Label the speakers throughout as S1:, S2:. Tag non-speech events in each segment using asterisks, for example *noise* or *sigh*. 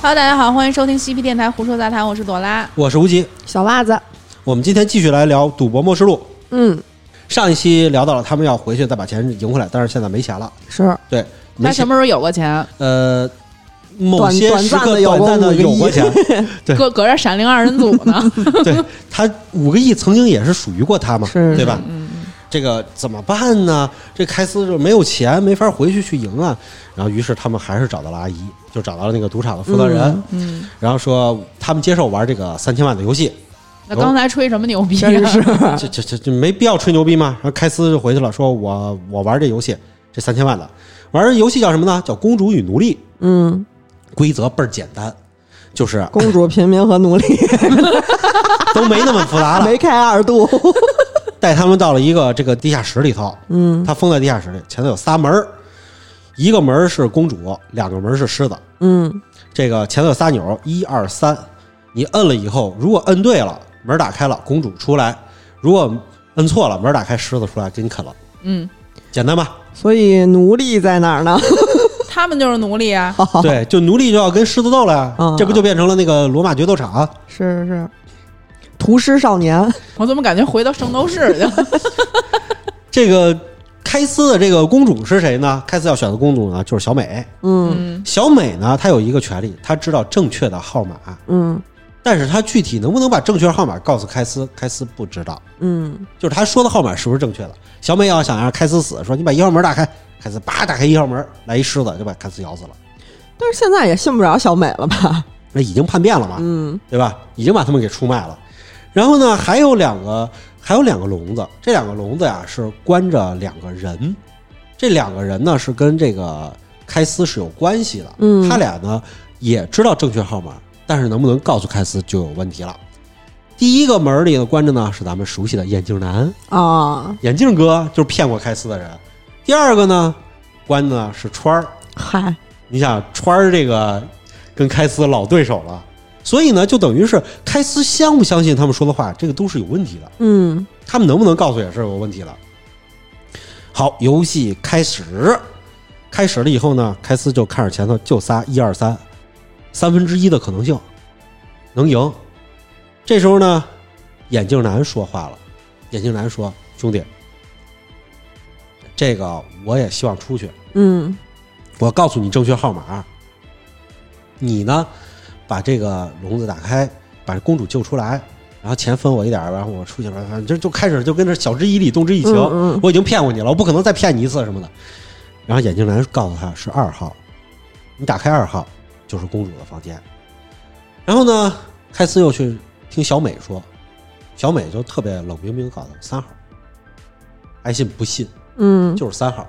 S1: Hello，大家好，欢迎收听嬉皮电台胡说杂谈，我是朵拉。
S2: 我是吴极，
S3: 小袜子，
S2: 我们今天继续来聊《赌博默示录》。
S3: 嗯，
S2: 上一期聊到了他们要回去再把钱赢回来，但是现在没钱了。
S3: 是
S2: 对，没
S1: 他什
S2: 钱。
S1: 么时候有过钱？
S2: 呃，某些
S3: 短短
S2: 时
S3: 暂
S2: 刻
S3: 的有
S2: 短
S3: 过
S2: 暂的
S3: 五个
S2: 有
S3: 亿
S2: 过钱，对
S1: 搁搁这《闪灵二人组》呢？
S2: 对他五个亿曾经 *laughs* 也是属于过他嘛，
S3: 是
S2: 对吧？
S1: 嗯
S2: 这个怎么办呢？这开司就没有钱，没法回去去赢啊。然后，于是他们还是找到了阿姨，就找到了那个赌场的负责人，
S1: 嗯，
S2: 然后说他们接受玩这个三千万的游戏，
S1: 那刚才吹什么牛逼、 *laughs* 啊？
S3: 真哦
S2: 这
S3: 是 *laughs*
S2: 这这这没必要吹牛逼嘛。然后开司就回去了，说我我玩这游戏，这三千万的玩这游戏叫什么呢？叫《公主与奴隶》，
S3: 嗯，
S2: 规则倍儿简单，就是
S3: 公主、平民和奴 *laughs* 隶
S2: 都没那么复杂了。
S3: 梅开二度，
S2: 带他们到了一个这个地下室里头，嗯，他封在地下室里，前头有仨门儿，一个门儿是公主，两个门儿是狮子，
S3: 嗯，
S2: 这个前头有仨钮，一二三，你摁了以后，如果摁对了，门儿打开了，公主出来；如果摁错了，门儿打开，狮子出来给你啃了，
S1: 嗯，
S2: 简单吧？
S3: 所以奴隶在哪儿呢？
S1: 他们就是奴隶啊！
S3: *laughs*
S2: 对，就奴隶就要跟狮子斗了呀，
S3: 嗯
S2: 这不就变成了那个罗马决斗场？
S3: 是是是，屠师少年，
S1: 我怎么感觉回到圣斗士去了？
S2: 这个开司的这个公主是谁呢？开司要选的公主呢，就是小美。
S3: 嗯
S1: 嗯，
S2: 小美呢，她有一个权利，她知道正确的号码。
S3: 嗯
S2: 但是他具体能不能把正确号码告诉开司，开司不知道。
S3: 嗯，
S2: 就是他说的号码是不是正确的？小美要想让开司死，说你把一号门打开，开司叭打开一号门，来一狮子就把开司咬死了。
S3: 但是现在也信不着小美了吧？
S2: 那已经叛变了嘛，
S3: 嗯
S2: 对吧？已经把他们给出卖了。然后呢，还有两个，还有两个笼子，这两个笼子呀是关着两个人，这两个人呢是跟这个开司是有关系的。
S3: 嗯
S2: 他俩呢也知道正确号码，但是能不能告诉开司就有问题了。第一个门儿里呢关着呢是咱们熟悉的眼镜男，
S3: 啊，
S2: 眼镜哥就是骗过开司的人。第二个呢关的呢是川儿，
S3: 嗨，
S2: 你想川儿这个跟开司老对手了，所以呢，就等于是开司相不相信他们说的话，这个都是有问题的。
S3: 嗯
S2: 他们能不能告诉也是有问题的。好，游戏开始，开始了以后呢，开司就看着前头就仨一二三，三分之一的可能性能赢。这时候呢，眼镜男说话了，眼镜男说：“兄弟，这个我也希望出去，
S3: 嗯
S2: 我告诉你正确号码，你呢，把这个笼子打开，把公主救出来，然后钱分我一点儿，然后我出去了，反正就就开始就跟这晓之以理，动之以情。
S3: 嗯嗯
S2: 我已经骗过你了，我不可能再骗你一次什么的。然后眼镜男告诉他是二号，你打开二号就是公主的房间。然后呢，开司又去听小美说，小美就特别冷冰冰告诉他三号，爱信不信。
S3: 嗯，
S2: 就是三号，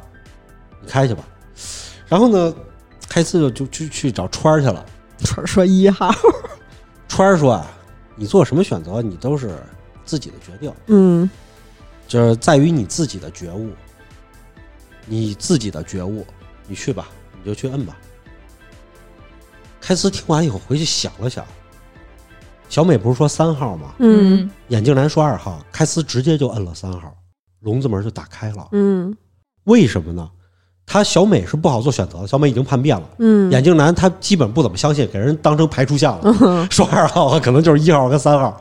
S2: 你开去吧。然后呢，开司就就去去找川儿去了。
S3: 说说一号，
S2: 川儿说啊，你做什么选择，你都是自己的决定，
S3: 嗯
S2: 就是在于你自己的觉悟，你自己的觉悟，你去吧，你就去摁吧。开司听完以后回去想了想，小美不是说三号吗？
S3: 嗯
S2: 眼镜男说二号，开司直接就摁了三号，笼子门就打开了。
S3: 嗯
S2: 为什么呢？他小美是不好做选择的，小美已经叛变了。
S3: 嗯
S2: 眼镜男他基本不怎么相信，给人当成排除项了，说二号啊可能就是一号跟三号。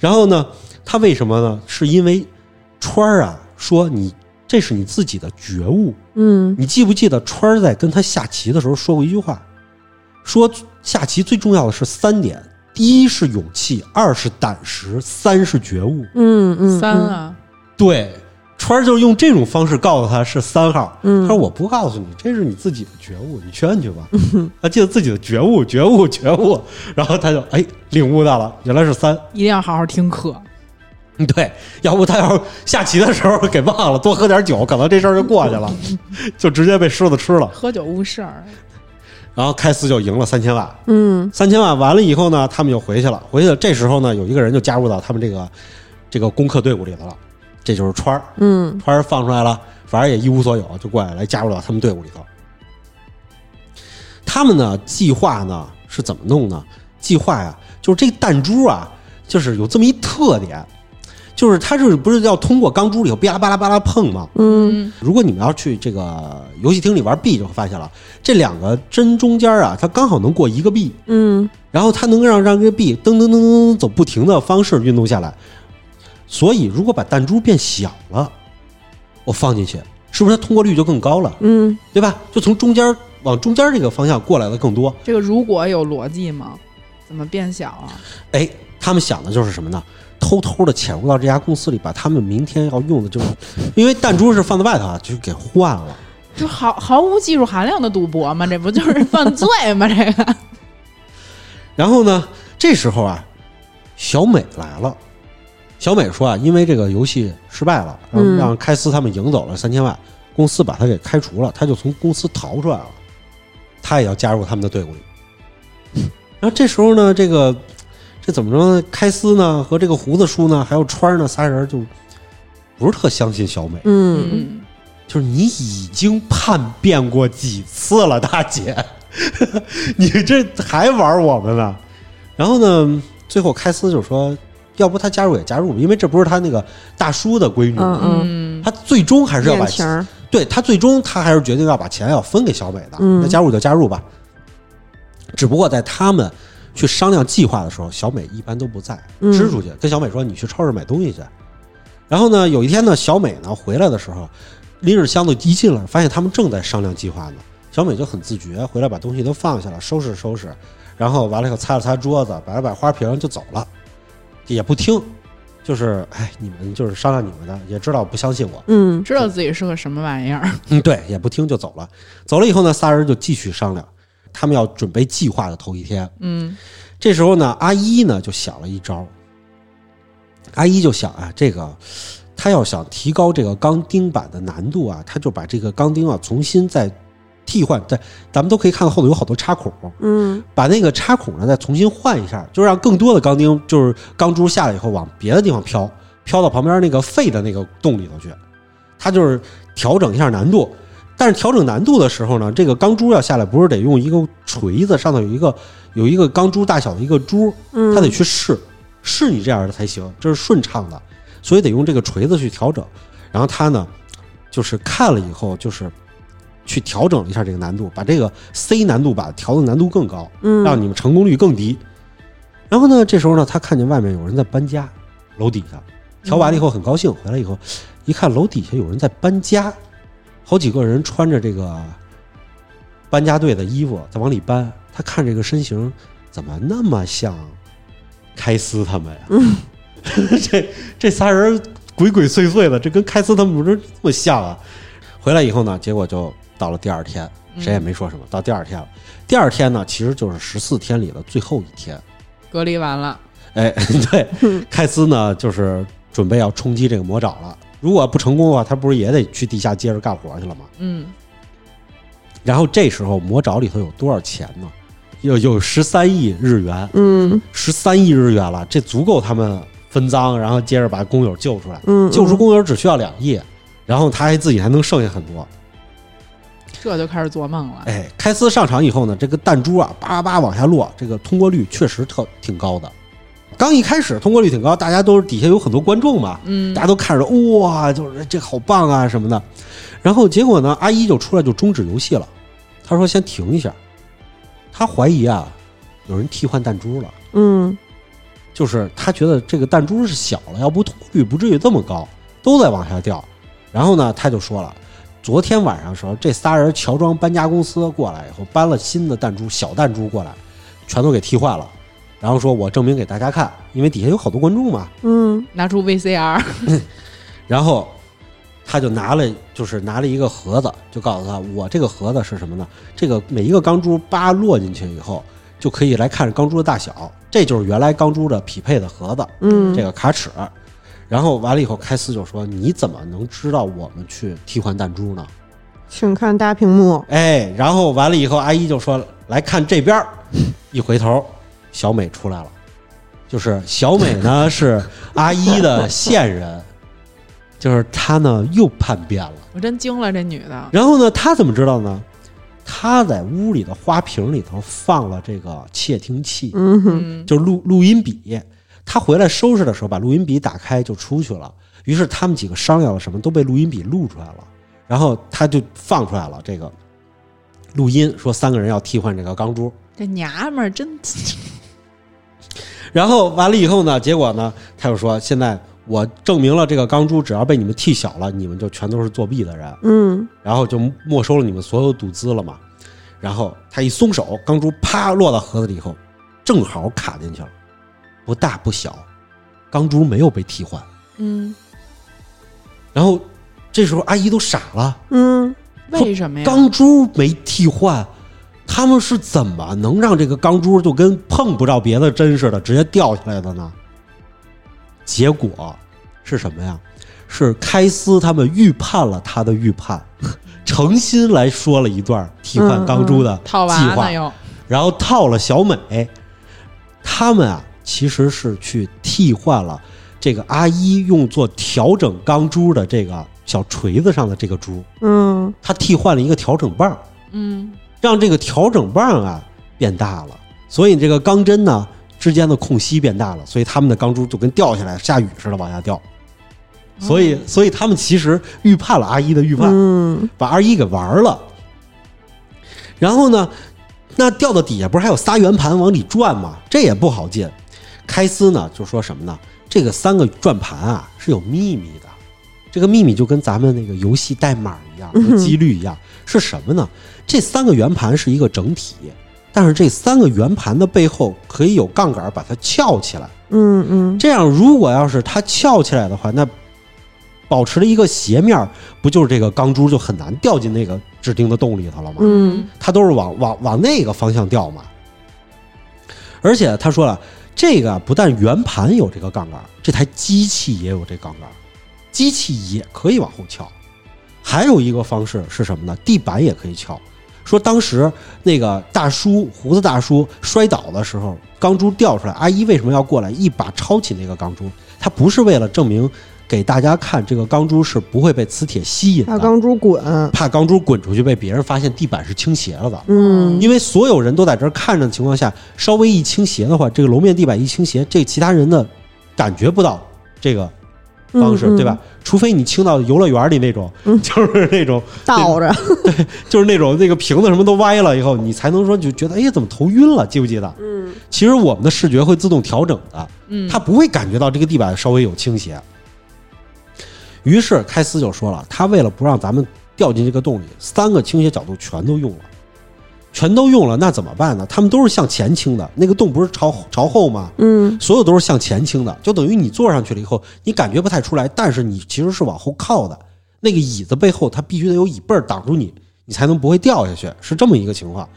S2: 然后呢，他为什么呢？是因为川儿啊说你这是你自己的觉悟。
S3: 嗯
S2: 你记不记得川儿在跟他下棋的时候说过一句话，说下棋最重要的是三点：第一是勇气，二是胆识，三是觉悟。
S3: 嗯嗯，
S1: 三啊，
S2: 对，川儿就是用这种方式告诉他是三号。
S3: 嗯
S2: 他说我不告诉你，这是你自己的觉悟，你去摁去吧。他记得自己的觉悟，觉悟，觉悟，然后他就哎领悟到了，原来是三。
S1: 一定要好好听课。
S2: 对，要不他要是下棋的时候给忘了，多喝点酒，可能这事儿就过去了，就直接被狮子吃了。
S1: 喝酒误事儿，
S2: 然后开司就赢了三千万，
S3: 嗯
S2: 三千万完了以后呢，他们就回去了。回去了，这时候呢，有一个人就加入到他们这个这个攻克队伍里头了，这就是川儿。
S3: 嗯
S2: 团儿放出来了，反正也一无所有，就过来来加入到他们队伍里头。他们呢，计划呢是怎么弄呢？计划呀，就是这个弹珠啊，就是有这么一特点，就是它是不是要通过钢珠里头巴拉巴拉巴拉碰吗？
S3: 嗯
S1: 嗯，
S2: 如果你们要去这个游戏厅里玩币，就会发现了这两个针中间啊，它刚好能过一个币，
S3: 嗯
S2: 然后它能让让这个币噔噔噔噔噔走不停的方式运动下来。所以如果把弹珠变小了，我放进去，是不是它通过率就更高了？
S3: 嗯
S2: 对吧？就从中间往中间这个方向过来的更多。
S1: 这个如果有逻辑吗？怎么变小啊？
S2: 哎，他们想的就是什么呢？偷偷的潜入到这家公司里，把他们明天要用的这种，因为弹珠是放在外头啊，就给换了。
S1: 就毫毫无技术含量的赌博嘛，这不就是犯罪吗？这个，
S2: 然后呢，这时候啊，小美来了。小美说啊，因为这个游戏失败了，让
S3: 嗯
S2: 让开司他们赢走了三千万，公司把她给开除了，她就从公司逃出来了，她也要加入他们的队伍里。然后这时候呢，这个这怎么着呢？开司呢和这个胡子叔呢，还有川儿呢，仨人就不是特相信小美，
S3: 嗯
S1: 嗯，
S2: 就是你已经叛变过几次了，大姐， *laughs* 你这还玩我们呢？然后呢，最后开司就说，要不他加入也加入吧，因为这不是他那个大叔的闺女，
S3: 嗯嗯，
S1: 嗯，
S2: 他最终还是要把
S3: 恋情儿，
S2: 对他最终他还是决定要把钱要分给小美的，
S3: 嗯
S2: 那加入就加入吧。只不过在他们去商量计划的时候，小美一般都不在，
S3: 嗯
S2: 支出去跟小美说你去超市买东西去。然后呢，有一天呢，小美呢回来的时候，拎着箱子一进来，发现他们正在商量计划呢。小美就很自觉，回来把东西都放下了，收拾收拾，然后完了以后擦了擦桌子，摆了摆花瓶就走了，也不听，就是哎，你们就是商量你们的，也知道不相信我，
S3: 嗯
S1: 知道自己是个什么玩意儿，
S2: 嗯，对，也不听就走了。走了以后呢，仨人就继续商量，他们要准备计划的头一天。
S1: 嗯
S2: 这时候呢，阿一呢就想了一招，阿一就想啊，这个他要想提高这个钢钉板的难度啊，他就把这个钢钉啊重新再替换，在咱们都可以看到后头有好多插孔，
S3: 嗯
S2: 把那个插孔呢再重新换一下，就让更多的钢钉就是钢珠下来以后往别的地方飘，飘到旁边那个废的那个洞里头去。它就是调整一下难度，但是调整难度的时候呢，这个钢珠要下来不是得用一个锤子，上头有一个有一个钢珠大小的一个珠，
S3: 嗯，
S2: 它得去试，试你这样的才行，这是顺畅的，所以得用这个锤子去调整。然后他呢，就是看了以后，就是去调整了一下这个难度，把这个 C 难度把调的难度更高，
S3: 嗯
S2: 让你们成功率更低。然后呢，这时候呢，他看见外面有人在搬家，楼底下调完了以后很高兴，回来以后一看楼底下有人在搬家，好几个人穿着这个搬家队的衣服在往里搬。他看这个身形怎么那么像开司他们呀？ *laughs* 这这仨人鬼鬼祟祟的，这跟开司他们不是那么像啊？回来以后呢，结果就到了第二天，谁也没说什么。到第二天了，第二天呢，其实就是十四天里的最后一天。
S1: 隔离完了，
S2: 哎， *laughs* 对，开司呢就是准备要冲击这个魔爪了。如果不成功的话，他不是也得去地下接着干活去了吗？
S1: 嗯，
S2: 然后这时候魔爪里头有多少钱呢？有有十三亿日元，
S3: 嗯
S2: 十三亿日元了，这足够他们分赃，然后接着把工友救出来。*laughs*
S3: 嗯，
S2: 救出工友只需要两亿，然后他还自己还能剩下很多。
S1: 这就开始做梦了，
S2: 哎，开司上场以后呢，这个弹珠啊，叭叭叭往下落，这个通过率确实特挺高的。刚一开始通过率挺高，大家都是底下有很多观众嘛，
S1: 嗯
S2: 大家都看着哇，就是这好棒啊什么的。然后结果呢，阿一就出来就终止游戏了，他说先停一下，他怀疑啊有人替换弹珠了，
S3: 嗯
S2: 就是他觉得这个弹珠是小了，要不通过率不至于这么高，都在往下掉。然后呢，他就说了，昨天晚上的时候，这仨人乔装搬家公司过来以后，搬了新的弹珠，小弹珠过来，全都给替换了。然后说我证明给大家看，因为底下有好多观众嘛。
S3: 嗯
S1: 拿出 VCR，
S2: 然后他就拿了，就是拿了一个盒子，就告诉他，我这个盒子是什么呢？这个每一个钢珠叭落进去以后，就可以来看钢珠的大小，这就是原来钢珠的匹配的盒子。
S3: 嗯，
S2: 这个卡尺。然后完了以后，开司就说：“你怎么能知道我们去替换弹珠呢
S3: 请看大屏幕？”，
S2: 哎，然后完了以后，阿一就说：“来看这边儿。”一回头，小美出来了，就是小美呢是阿一的线人，就是她呢又叛变了。
S1: 我真惊了，这女的，
S2: 然后呢，她怎么知道呢？她在屋里的花瓶里头放了这个窃听器，
S3: 嗯哼，
S1: 嗯，
S2: 就是录录音笔。他回来收拾的时候，把录音笔打开就出去了。于是他们几个商量了什么，都被录音笔录出来了。然后他就放出来了这个录音，说三个人要替换这个钢珠。
S1: 这娘们儿真， *laughs*
S2: 然后完了以后呢，结果呢，他又说现在我证明了这个钢珠，只要被你们剃小了，你们就全都是作弊的人，
S3: 嗯，
S2: 然后就没收了你们所有赌资了嘛。然后他一松手，钢珠啪落到盒子里以后，正好卡进去了，不大不小，钢珠没有被替换。
S1: 嗯，
S2: 然后这时候阿姨都傻了，
S3: 嗯，
S1: 为什么呀？
S2: 钢珠没替换，他们是怎么能让这个钢珠就跟碰不着别的针似的，直接掉下来的呢？结果是什么呀？是开司他们预判了他的预判， *laughs* 诚心来说了一段替换钢珠的计
S1: 嗯套娃
S2: 划，
S1: 呢又，
S2: 然后套了小美。他们啊，其实是去替换了这个阿一用作调整钢珠的这个小锤子上的这个珠，
S3: 嗯，
S2: 他替换了一个调整棒。
S1: 嗯，
S2: 让这个调整棒啊变大了，所以这个钢针呢之间的空隙变大了，所以他们的钢珠就跟掉下来下雨似的往下掉。所以，所以他们其实预判了阿一的预判，
S3: 嗯，
S2: 把阿一给玩了。然后呢，那掉到底下不是还有仨圆盘往里转吗？这也不好进。开司呢就说什么呢？这个三个转盘啊是有秘密的，这个秘密就跟咱们那个游戏代码一样，和几率一样，是什么呢？这三个圆盘是一个整体，但是这三个圆盘的背后可以有杠杆把它翘起来。
S3: 嗯，嗯，
S2: 这样，如果要是它翘起来的话，那保持了一个斜面儿，不就是这个钢珠就很难掉进那个指定的洞里头了吗？
S3: 嗯，
S2: 它都是往往往那个方向掉嘛。而且他说了，这个不但圆盘有这个杠杆，这台机器也有这杠杆，机器也可以往后翘。还有一个方式是什么呢？地板也可以翘。说当时那个大叔胡子大叔摔倒的时候，钢珠掉出来，阿姨为什么要过来一把抄起那个钢珠？她不是为了证明给大家看这个钢珠是不会被磁铁吸引
S3: 大
S2: 的，
S3: 钢珠滚，
S2: 怕钢珠滚出去被别人发现地板是倾斜了的。
S3: 嗯，
S2: 因为所有人都在这儿看着的情况下，稍微一倾斜的话，这个楼面地板一倾斜，这其他人的感觉不到这个方式，
S3: 嗯
S2: 对吧？？除非你倾到游乐园里那种，就是那种
S3: 嗯倒着，
S2: 就是那种那个瓶子什么都歪了以后，你才能说就觉得哎呀怎么头晕了，记不记得？
S3: 嗯，
S2: 其实我们的视觉会自动调整的，
S1: 嗯，
S2: 他不会感觉到这个地板稍微有倾斜。于是开司就说了，他为了不让咱们掉进这个洞里，三个倾斜角度全都用了，全都用了，那怎么办呢？他们都是向前倾的，那个洞不是朝朝后吗？
S3: 嗯，
S2: 所有都是向前倾的，就等于你坐上去了以后，你感觉不太出来，但是你其实是往后靠的。那个椅子背后，它必须得有椅背儿挡住你，你才能不会掉下去，是这么一个情况。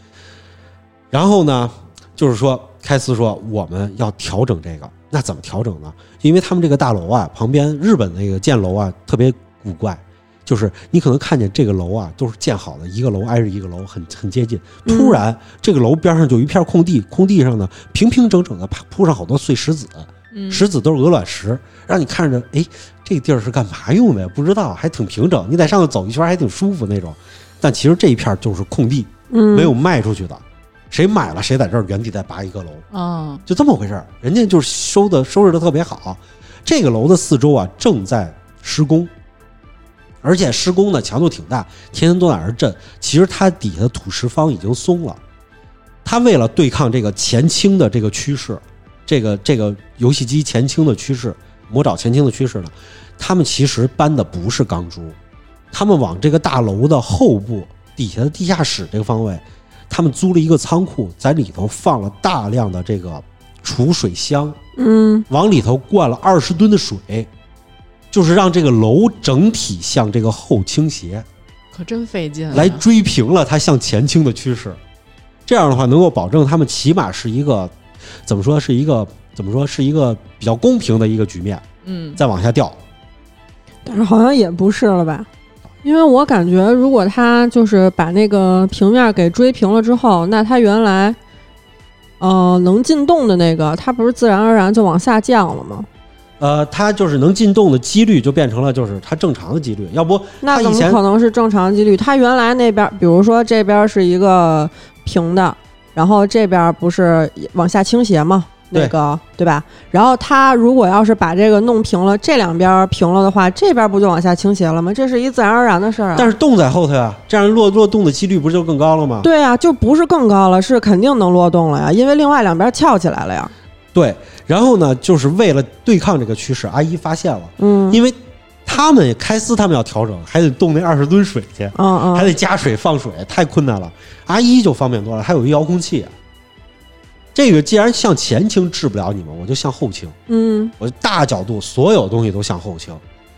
S2: 然后呢，就是说，开司说我们要调整这个，那怎么调整呢？因为他们这个大楼啊，旁边日本那个建楼啊，特别古怪，就是你可能看见这个楼啊，都是建好的，一个楼挨着一个楼，很很接近。突然，这个楼边上就有一片空地，空地上呢平平整整的铺上好多碎石子，
S1: 嗯
S2: 石子都是鹅卵石，让你看着，哎，这地儿是干嘛用的呀？不知道，还挺平整，你在上头走一圈还挺舒服那种。但其实这一片就是空地，
S3: 嗯，
S2: 没有，卖出去的，谁买了谁在这儿原地再拔一个楼，
S1: 啊，
S2: 就这么回事儿。人家就是收的收拾的特别好，这个楼的四周啊正在施工，而且施工呢强度挺大，天天都在那儿震。其实它底下的土石方已经松了，它为了对抗这个前倾的这个趋势，这个这个游戏机前倾的趋势，魔爪前倾的趋势呢，他们其实搬的不是钢珠，他们往这个大楼的后部底下的地下室这个方位，他们租了一个仓库，在里头放了大量的这个储水箱，
S3: 嗯，
S2: 往里头灌了二十吨的水，就是让这个楼整体向这个后倾斜，
S1: 可真费劲啊，
S2: 来追平了它向前倾的趋势。这样的话，能够保证他们起码是一个怎么说是一个怎么说是一个比较公平的一个局面，
S1: 嗯，
S2: 再往下掉。
S3: 但是好像也不是了吧？因为我感觉，如果他就是把那个平面给追平了之后，那他原来，呃，能进洞的那个，它不是自然而然就往下降了吗？
S2: 呃，它就是能进洞的几率就变成了就是它正常的几率，要不
S3: 那
S2: 它
S3: 怎
S2: 以
S3: 么
S2: 前
S3: 可能是正常几率？它原来那边，比如说这边是一个平的，然后这边不是往下倾斜吗？那
S2: 对
S3: 个对吧？然后他如果要是把这个弄平了，这两边平了的话，这边不就往下倾斜了吗？这是一自然而然的事儿啊。
S2: 但是洞在后头呀，这样落落洞的几率不是就更高了吗？
S3: 对啊，就不是更高了，是肯定能落洞了呀，因为另外两边翘起来了呀。
S2: 对，然后呢，就是为了对抗这个趋势，阿姨发现了，
S3: 嗯
S2: 因为他们开司他们要调整，还得动那二十吨水去，
S3: 嗯
S2: 还
S3: 嗯，
S2: 得加水放水，太困难了。阿姨就方便多了，还有一遥控器。啊这个既然向前倾治不了你们，我就向后倾，
S3: 嗯
S2: 我就大角度，所有东西都向后倾。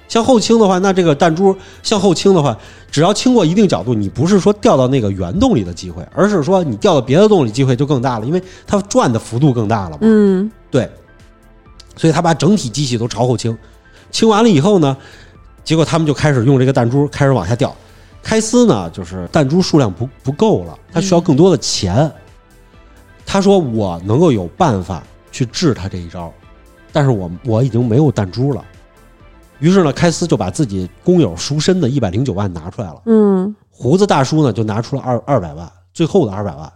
S2: 向后倾的话，那这个弹珠向后倾的话，只要倾过一定角度，你不是说掉到那个圆洞里的机会，而是说你掉到别的洞里机会就更大了，因为它转的幅度更大了嘛。
S3: 嗯
S2: 对，所以他把整体机器都朝后倾，倾完了以后呢，结果他们就开始用这个弹珠开始往下掉。开司呢，就是弹珠数量不不够了，他需要更多的钱。他说：“我能够有办法去治他这一招，但是我我已经没有弹珠了。”于是呢，开司就把自己工友赎身的一百零九万拿出来了。
S3: 嗯
S2: 胡子大叔呢就拿出了二二百万，最后的二百万，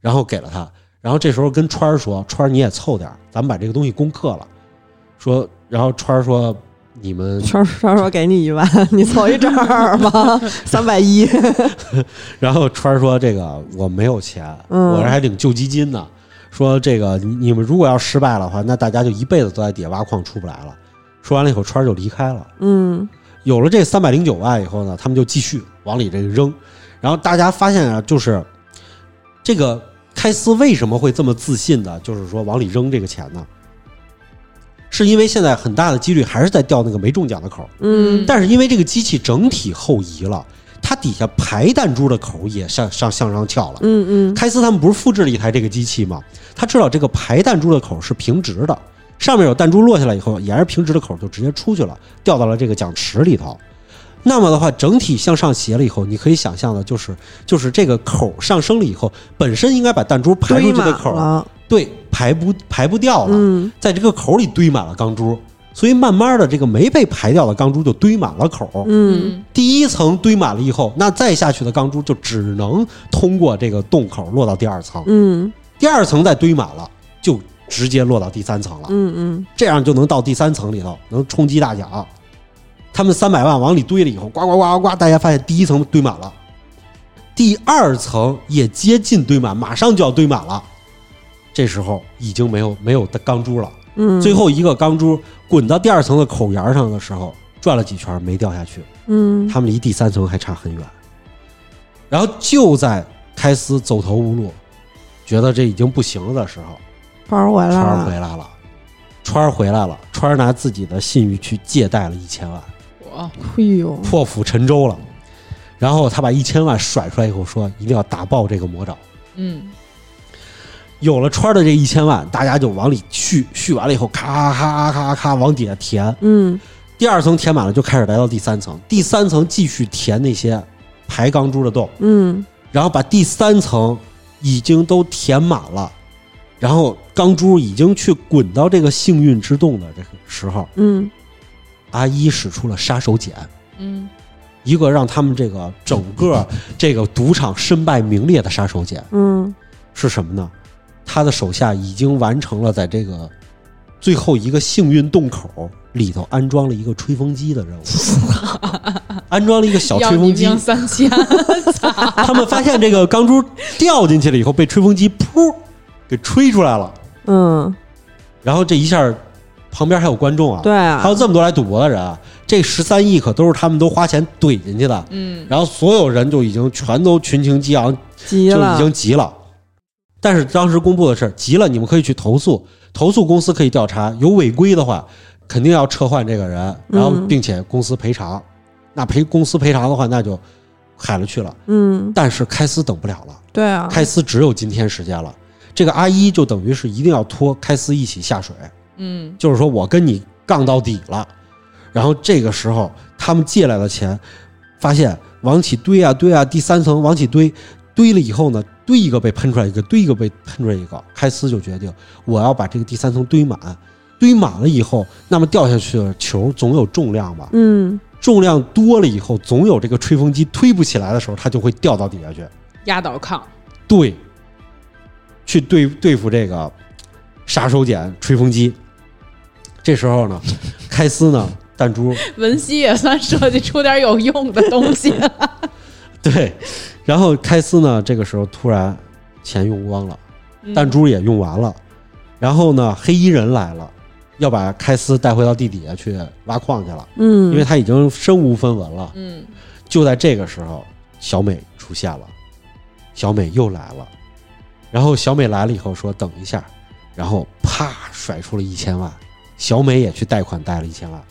S2: 然后给了他。然后这时候跟川儿说：“川儿你也凑点儿，咱们把这个东西攻克了。”说，然后川儿说：“你们
S3: 嗯，圈儿圈儿说给你一万，你凑一整儿吧，三百一。
S2: 然后川儿说：“这个我没有钱，
S3: 嗯
S2: 我这还领救济金呢。说这个你你们如果要失败了的话，那大家就一辈子都在底下挖矿出不来了。”说完了以后，川儿就离开了。
S3: 嗯
S2: 有了这三百零九万以后呢，他们就继续往里这个扔，然后大家发现啊，就是这个开司为什么会这么自信的，就是说往里扔这个钱呢？是因为现在很大的几率还是在掉那个没中奖的口儿，
S3: 嗯
S2: 但是因为这个机器整体后移了，它底下排弹珠的口儿也向上向上翘了。
S3: 嗯嗯
S2: 开司他们不是复制了一台这个机器吗？他知道这个排弹珠的口是平直的，上面有弹珠落下来以后，沿着平直的口就直接出去了，掉到了这个奖池里头。那么的话，整体向上斜了以后，你可以想象的就是，就是这个口上升了以后，本身应该把弹珠排出去的
S3: 堆满
S2: 口，
S3: 了
S2: 对，排不排不掉了，
S3: 嗯
S2: 在这个口里堆满了钢珠，所以慢慢的这个没被排掉的钢珠就堆满了口。
S3: 嗯
S1: 嗯
S2: 第一层堆满了以后，那再下去的钢珠就只能通过这个洞口落到第二层，
S3: 嗯
S2: 第二层再堆满了，就直接落到第三层了，
S3: 嗯嗯
S2: 这样就能到第三层里头，能冲击大奖。他们三百万往里堆了以后，呱呱呱呱呱，大家发现第一层堆满了，第二层也接近堆满，马上就要堆满了。这时候已经没有没有钢珠了，
S3: 嗯，
S2: 最后一个钢珠滚到第二层的口沿上的时候，转了几圈没掉下去。
S3: 嗯
S2: 他们离第三层还差很远。然后就在开司走投无路，觉得这已经不行了的时候，
S3: 圈儿回来
S2: 川儿回
S3: 了，
S2: 来了，川儿回来了，川儿拿自己的信誉去借贷了一千万，
S1: 我
S3: 哎呦，
S2: 破釜沉舟了。然后他把一千万甩出来以后，说一定要打爆这个魔爪。
S1: 嗯，
S2: 有了川儿的这一千万，大家就往里续，续完了以后，咔咔咔咔咔往底下填。
S3: 嗯
S2: 第二层填满了，就开始来到第三层，第三层继续填那些排钢珠的洞。
S3: 嗯
S2: 然后把第三层已经都填满了，然后钢珠已经去滚到这个幸运之洞的这个时候，
S3: 嗯
S2: 阿一使出了杀手锏，
S1: 嗯
S2: 一个让他们这个整个这个赌场身败名裂的杀手锏
S3: 嗯
S2: 是什么呢？他的手下已经完成了在这个最后一个幸运洞口里头安装了一个吹风机的任务，安装了一个小
S1: 要
S2: 吹
S1: 你
S2: 风机，
S1: 命三
S2: *laughs*
S1: 千，
S3: *laughs*
S2: 他们发现这个钢珠掉进去了以后，被吹风机噗给吹出来了，
S3: 嗯，
S2: 然后这一下旁边还有观众啊，
S3: 对啊
S2: 还有，这么多来赌博的人啊，这十三亿可都是他们都花钱怼进去的，
S1: 嗯，
S2: 然后所有人就已经全都群情激昂，
S3: 急
S2: 就
S3: 了，
S2: 已经急了。但是当时公布的是急了，你们可以去投诉，投诉公司可以调查，有违规的话，肯定要撤换这个人，然后
S3: 嗯
S2: 并且公司赔偿。那赔公司赔偿的话，那就海了去了。
S3: 嗯，
S2: 但是开司等不了了。
S3: 对啊，
S2: 开司只有今天时间了。这个阿一就等于是一定要拖开司一起下水，
S1: 嗯
S2: 就是说我跟你杠到底了。然后这个时候，他们借来的钱，发现往起堆啊堆啊，第三层往起堆，堆了以后呢，堆一个被喷出来一个，堆一个被喷出来一个。开司就决定，我要把这个第三层堆满，堆满了以后，那么掉下去的球总有重量吧？
S3: 嗯
S2: 重量多了以后，总有这个吹风机推不起来的时候，它就会掉到底下去。
S1: 压倒炕，
S2: 对，去对对付这个杀手锏、吹风机。这时候呢，开司呢，弹珠
S1: 文熙也算设计出点有用的东西。 *laughs*
S2: 对，然后开司呢，这个时候突然钱用光了，
S1: 嗯
S2: 弹珠也用完了，然后呢，黑衣人来了，要把开司带回到地底下去挖矿去了，
S3: 嗯，
S2: 因为他已经身无分文了。
S1: 嗯，
S2: *laughs* 就在这个时候，小美出现了，小美又来了，然后小美来了以后说等一下，然后啪甩出了一千万，小美也去贷款贷了一千万，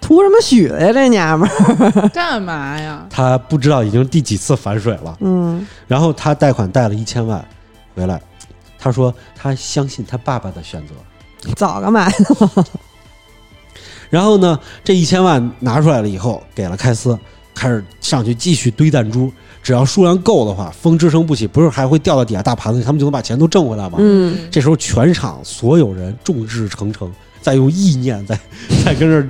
S3: 图什么许的呀？这娘们儿，
S1: 嗯干嘛呀？
S2: 她不知道已经第几次反水了，
S3: 嗯，
S2: 然后她贷款贷了一千万回来，她说她相信她爸爸的选择，
S3: 早干嘛呀？
S2: 然后呢，这一千万拿出来了以后，给了开司，开始上去继续堆弹珠。只要数量够的话，风之声不起，不是还会掉到底下大盘子里，他们就能把钱都挣回来吗？
S3: 嗯，
S2: 这时候全场所有人众志成城，在用意念在 *laughs* 在跟这儿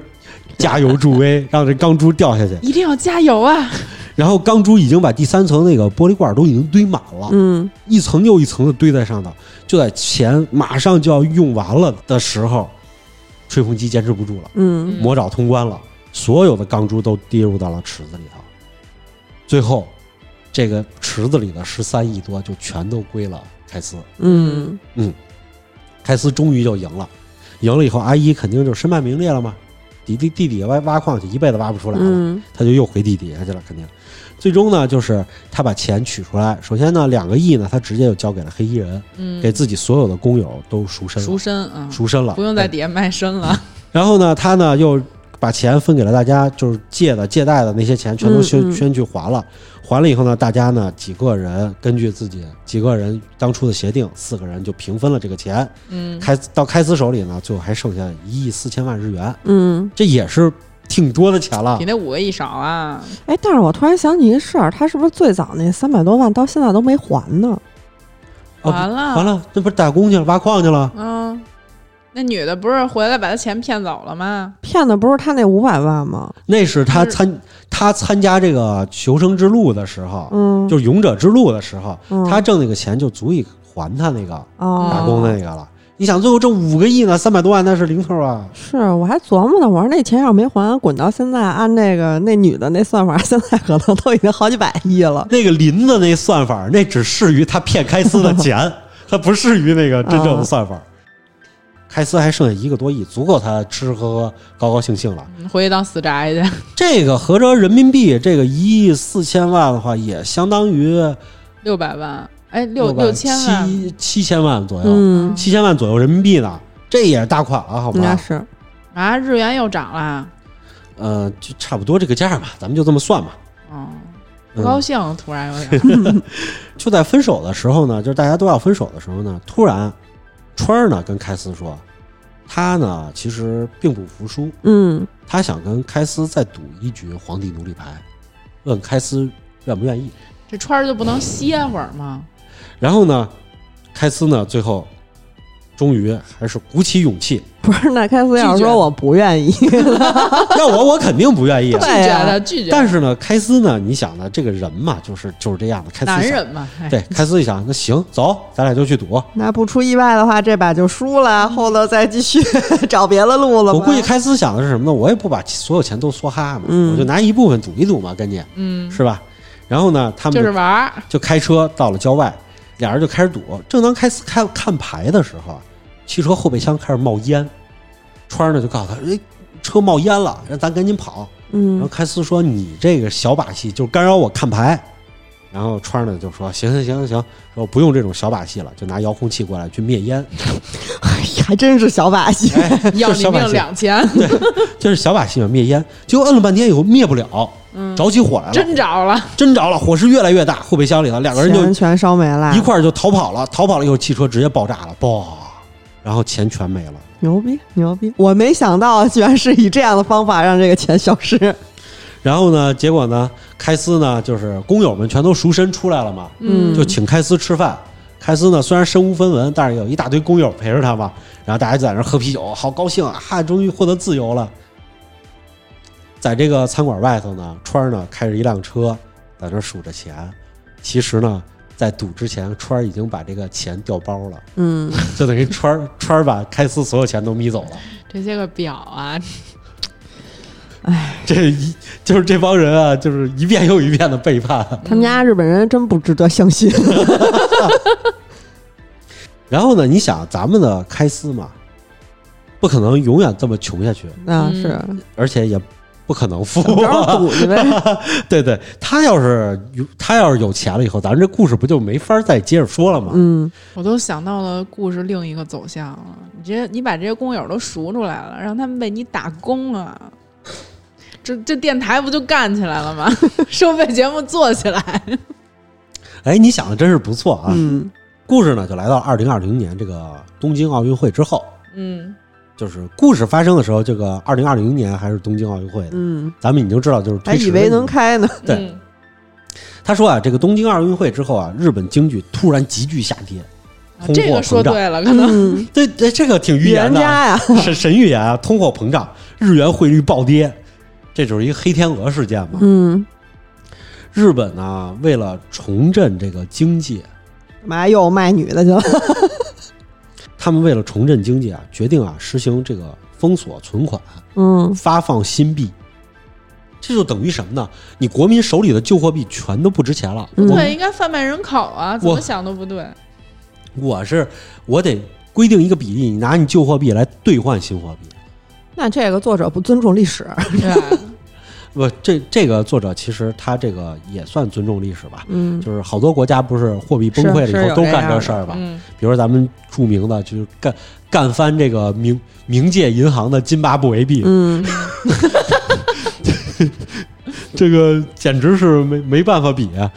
S2: 加油助威，让这钢珠掉下去。
S1: 一定要加油啊！
S2: 然后钢珠已经把第三层那个玻璃罐都已经堆满了，
S3: 嗯，
S2: 一层又一层的堆在上头。就在钱马上就要用完了的时候，吹风机坚持不住了。
S3: 嗯，
S2: 魔爪通关了，所有的钢珠都跌入到了池子里头。最后，这个池子里的十三亿多就全都归了凯斯。
S3: 嗯，
S2: 凯斯终于就赢了，赢了以后，阿一肯定就身败名裂了嘛。底地地底下挖挖矿去，一辈子挖不出来了，
S3: 嗯，
S2: 他就又回地底下去了，肯定。最终呢，就是他把钱取出来，首先呢，两个亿呢，他直接就交给了黑衣人，
S1: 嗯，
S2: 给自己所有的工友都赎身
S1: 赎
S2: 了，
S1: 身啊，
S2: 赎身了，哎
S1: 不用在底下卖身了。
S2: 然后呢，他呢又把钱分给了大家，就是借的借贷的那些钱全都
S3: 嗯
S2: 先
S3: 嗯
S2: 先去还了。还了以后呢，大家呢几个人根据自己几个人当初的协定，四个人就平分了这个钱。
S1: *laughs* 嗯，
S2: 开到开司手里呢，最后还剩下一亿四千万日元，
S3: 嗯，
S2: 这也是挺多的钱了
S1: 比。那五个亿少啊。
S3: 哎，但是我突然想起一事儿，他是不是最早那三百多万到现在都没还呢？
S2: 哦
S1: 完了，
S2: 完了，那不是打工去了，挖矿去了？
S1: 嗯，那女的不是回来把他钱骗走了吗？
S3: 骗的不是他那五百万吗？
S2: 那是他
S1: 是
S2: 参他参加这个求生之路的时候，
S3: 嗯，
S2: 就是勇者之路的时候，
S3: 嗯
S2: 他挣那个钱就足以还他那个。
S3: 哦，
S2: 打工的那个了。你想最后挣五个亿呢，三百多万那是零头啊！
S3: 是，我还琢磨呢，我说那钱要没还，滚到现在，按那个那女的那算法，现在可能都已经好几百亿了。
S2: 那个林子那算法，那只适于他骗开司的钱， *laughs* 他不适于那个真正的算法。 *laughs* 开司还剩下一个多亿，足够他吃吃喝喝、高高兴兴了。
S1: 嗯回去当死宅去。 *laughs*
S2: 这个合着人民币这个一亿四千万的话，也相当于
S1: 六百万，哎，六
S2: 百
S1: 六千万，
S2: 七七千万左右，
S3: 嗯，
S2: 七千万左右人民币呢，这也是大款了，好
S1: 嗯
S3: 那
S2: 吧？
S3: 是，
S1: 啊，日元又涨了，
S2: 呃，就差不多这个价吧，咱们就这么算吧。
S1: 嗯，不
S2: 嗯、
S1: 高兴，突然有点，
S2: *laughs* 就在分手的时候呢，就是大家都要分手的时候呢，突然川儿呢跟开司说，他呢其实并不服输，
S3: 嗯
S2: 他想跟开司再赌一局皇帝奴隶牌，问开司愿不愿意。
S1: 这川儿就不能歇会儿吗？
S2: 然后呢，开司呢最后终于还是鼓起勇气，
S3: 不是，那开斯要
S1: 拒绝
S3: 说我不愿意， *laughs*
S2: 要我我肯定不愿意
S1: *laughs* 拒
S2: 啊。
S3: 对
S1: 绝
S3: 呀
S1: 的，拒绝，
S2: 但是呢，开司呢，你想呢，这个人嘛，就是就是这样的。开司想
S1: 男人嘛，哎
S2: 对开司一想，那行，走，咱俩就去赌。
S3: 那不出意外的话，这把就输了，后头再继续 *laughs* 找别的路了吧。
S2: 我估计开司想的是什么呢？我也不把所有钱都梭哈嘛，
S3: 嗯
S2: 我就拿一部分赌一赌嘛，跟你
S1: 嗯，
S2: 是吧？然后呢，他们
S1: 就是
S2: 就
S1: 玩儿，，
S2: 就开车到了郊外，俩人就开始赌。正当开司开看牌的时候，啊汽车后备箱开始冒烟，川儿呢就告诉他：“哎，车冒烟了，让咱赶紧跑。”然后
S3: 嗯
S2: 开司说：“你这个小把戏就干扰我看牌。”然后川儿呢就说：“行行行行行，说不用这种小把戏了，就拿遥控器过来去灭烟。 *laughs*
S3: 还真是小把戏。
S2: 哎
S1: 要
S2: *laughs* 就是
S1: 你
S2: 小把
S1: 命
S2: 戏，
S1: 两千，
S2: 就是小把戏嘛，灭烟。结果摁了半天以后灭不了，
S1: 嗯，
S2: 着起火来
S1: *laughs*
S2: 了，
S1: 真着了，
S2: 真着了，火势越来越大，后备箱里头两个人就
S3: 钱全烧没了，
S2: 一块儿就逃跑了，逃跑了以后汽车直接爆炸了，嘣，然后钱全没了。
S3: 牛逼牛逼！我没想到，居然是以这样的方法让这个钱消失。
S2: 然后呢，结果呢，开司呢就是工友们全都赎身出来了嘛，
S3: 嗯
S2: 就请开司吃饭。开司呢虽然身无分文，但是有一大堆工友陪着他嘛，然后大家就在那儿喝啤酒，好高兴啊，哈，终于获得自由了。在这个餐馆外头呢，川儿呢开着一辆车在那儿数着钱，其实呢，在赌之前，川儿已经把这个钱调包了，
S3: 嗯，
S2: 就等于川儿川儿把开司所有钱都眯走了。
S1: 这些个表啊，
S2: 这一就是这帮人啊，就是一遍又一遍的背叛。
S3: 他们家日本人真不值得相信。
S2: 然后呢，你想咱们的开司嘛，不可能永远这么穷下去，
S3: 那
S1: 嗯
S3: 是，
S2: 而且也不可能富。
S3: 咱们不要赌去呗。
S2: *laughs* 对对，他要是有他要是有钱了以后，咱这故事不就没法再接着说了吗？
S3: 嗯，
S1: 我都想到了故事另一个走向了。你这你把这些工友都赎出来了，让他们为你打工啊！这这电台不就干起来了吗？ *laughs* 收费节目做起来，
S2: 哎，你想的真是不错啊。
S3: 嗯，
S2: 故事呢，就来到二零二零年这个东京奥运会之后，
S1: 嗯，
S2: 就是故事发生的时候，这个二零二零年还是东京奥运会的，
S3: 嗯，
S2: 咱们已经知道就是
S3: 还
S2: 推迟
S3: 以
S2: 了
S3: 为能开呢。
S2: 对
S1: 嗯
S2: 他说啊，这个东京奥运会之后啊，日本经济突然急剧下跌，
S1: 啊
S2: 通货
S1: 这个说
S2: 膨胀
S1: 对了，可能
S3: 嗯，
S2: 这这这个挺预
S3: *laughs* 预
S2: 言
S3: 言
S2: 的啊，
S3: 家
S2: *laughs*
S3: 呀，
S2: 神神预言啊，通货膨胀，日元汇率暴跌，这就是一个黑天鹅事件嘛。
S3: 嗯，
S2: 日本呢，为了重振这个经济，
S3: 妈又卖女的去了。
S2: 他们为了重振经济啊，决定啊实行这个封锁存款，
S3: 嗯
S2: 发放新币。这就等于什么呢？你国民手里的旧货币全都不值钱了。
S3: 嗯
S1: 对，应该贩卖人口啊，怎
S2: 我
S1: 么想都不
S2: *laughs*
S1: 对。
S2: 我是我得规定一个比例，你拿你旧货币来兑换新货币。
S3: 那这个作者不尊重历史，
S1: 对，
S2: 不，这这个作者其实他这个也算尊重历史吧。
S3: 嗯，
S2: 就是好多国家不是货币崩溃了
S3: 是
S2: 以
S3: 是
S2: 后
S3: 有
S2: 都
S3: 这
S2: 干
S3: 样
S2: 这
S3: 的
S2: 事儿吧？
S1: 嗯，
S2: 比如说咱们著名的就是干干翻这个冥冥界银行的津巴布韦币，
S3: 嗯，
S2: 这个简直是没没办法比。啊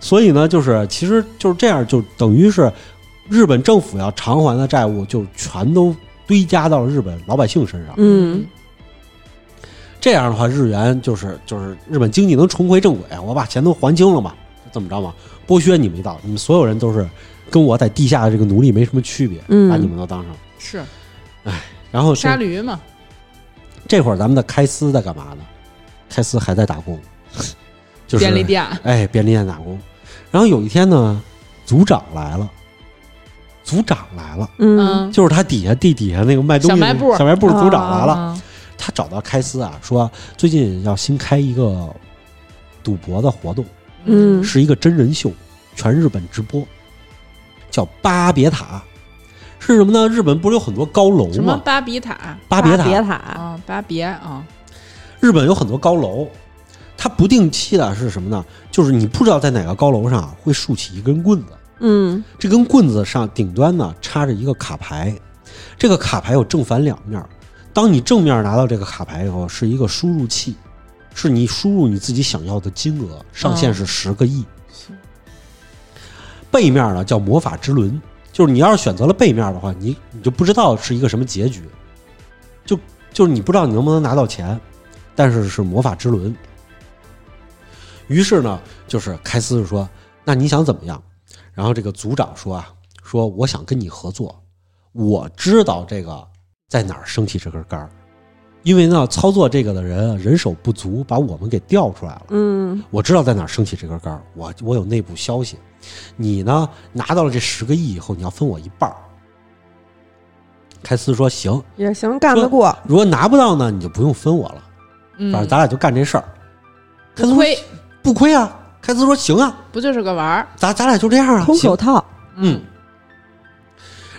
S2: 所以呢，就是其实就是这样，就等于是日本政府要偿还的债务就全都堆加到日本老百姓身上。
S3: 嗯，
S2: 这样的话，日元就是就是日本经济能重回正轨，啊我把钱都还清了嘛，怎么着嘛？剥削你们一道，你们所有人都是跟我在地下的这个奴隶没什么区别，
S3: 嗯
S2: 把你们都当上。
S1: 是
S2: 然后这
S1: 杀驴嘛，
S2: 这会儿咱们的开司在干嘛呢？开司还在打工， *laughs* 就是
S1: 便利店。
S2: 哎，便利店打工。然后有一天呢，组长来了，组长来了，
S3: 嗯，
S1: 嗯，
S2: 就是他底下地底下那个卖东西的
S1: 小卖部
S2: 小卖部的组长来了。
S1: 啊
S2: 他找到开司啊，说最近要新开一个赌博的活动，
S3: 嗯
S2: 是一个真人秀，全日本直播，叫巴别塔。是什么呢？日本不是有很多高楼
S1: 什么
S2: 吗？
S1: 巴比塔
S2: 巴别塔，
S3: 别塔，
S1: 啊，巴别啊，
S2: 日本有很多高楼，它不定期的是什么呢？就是你不知道在哪个高楼上会竖起一根棍子，
S3: 嗯
S2: 这根棍子上顶端呢插着一个卡牌，这个卡牌有正反两面儿。当你正面拿到这个卡牌以后，是一个输入器，是你输入你自己想要的金额，上限是十个亿。
S1: 是
S2: 背面呢叫魔法之轮，就是你要是选择了背面的话，你你就不知道是一个什么结局，就就是你不知道你能不能拿到钱，但是是魔法之轮。于是呢，就是开司就说：“那你想怎么样？”然后这个组长说：“啊，说我想跟你合作，我知道这个在哪儿升起这根杆儿，因为呢，操作这个的人啊人手不足，把我们给调出来了。”
S3: 嗯
S2: 我知道在哪儿升起这根杆儿，我我有内部消息。你呢，拿到了这十个亿以后，你要分我一半儿。开司说行，
S3: 也行，干得过。
S2: 如果拿不到呢，你就不用分我了，
S1: 嗯
S2: 反正咱俩就干这事儿。开司
S1: 不
S2: 说
S1: 亏，
S2: 不亏啊，开司说行啊，
S1: 不就是个玩儿？
S2: 咱咱俩就这样啊，
S3: 空
S2: 行
S3: 手套，
S2: 嗯。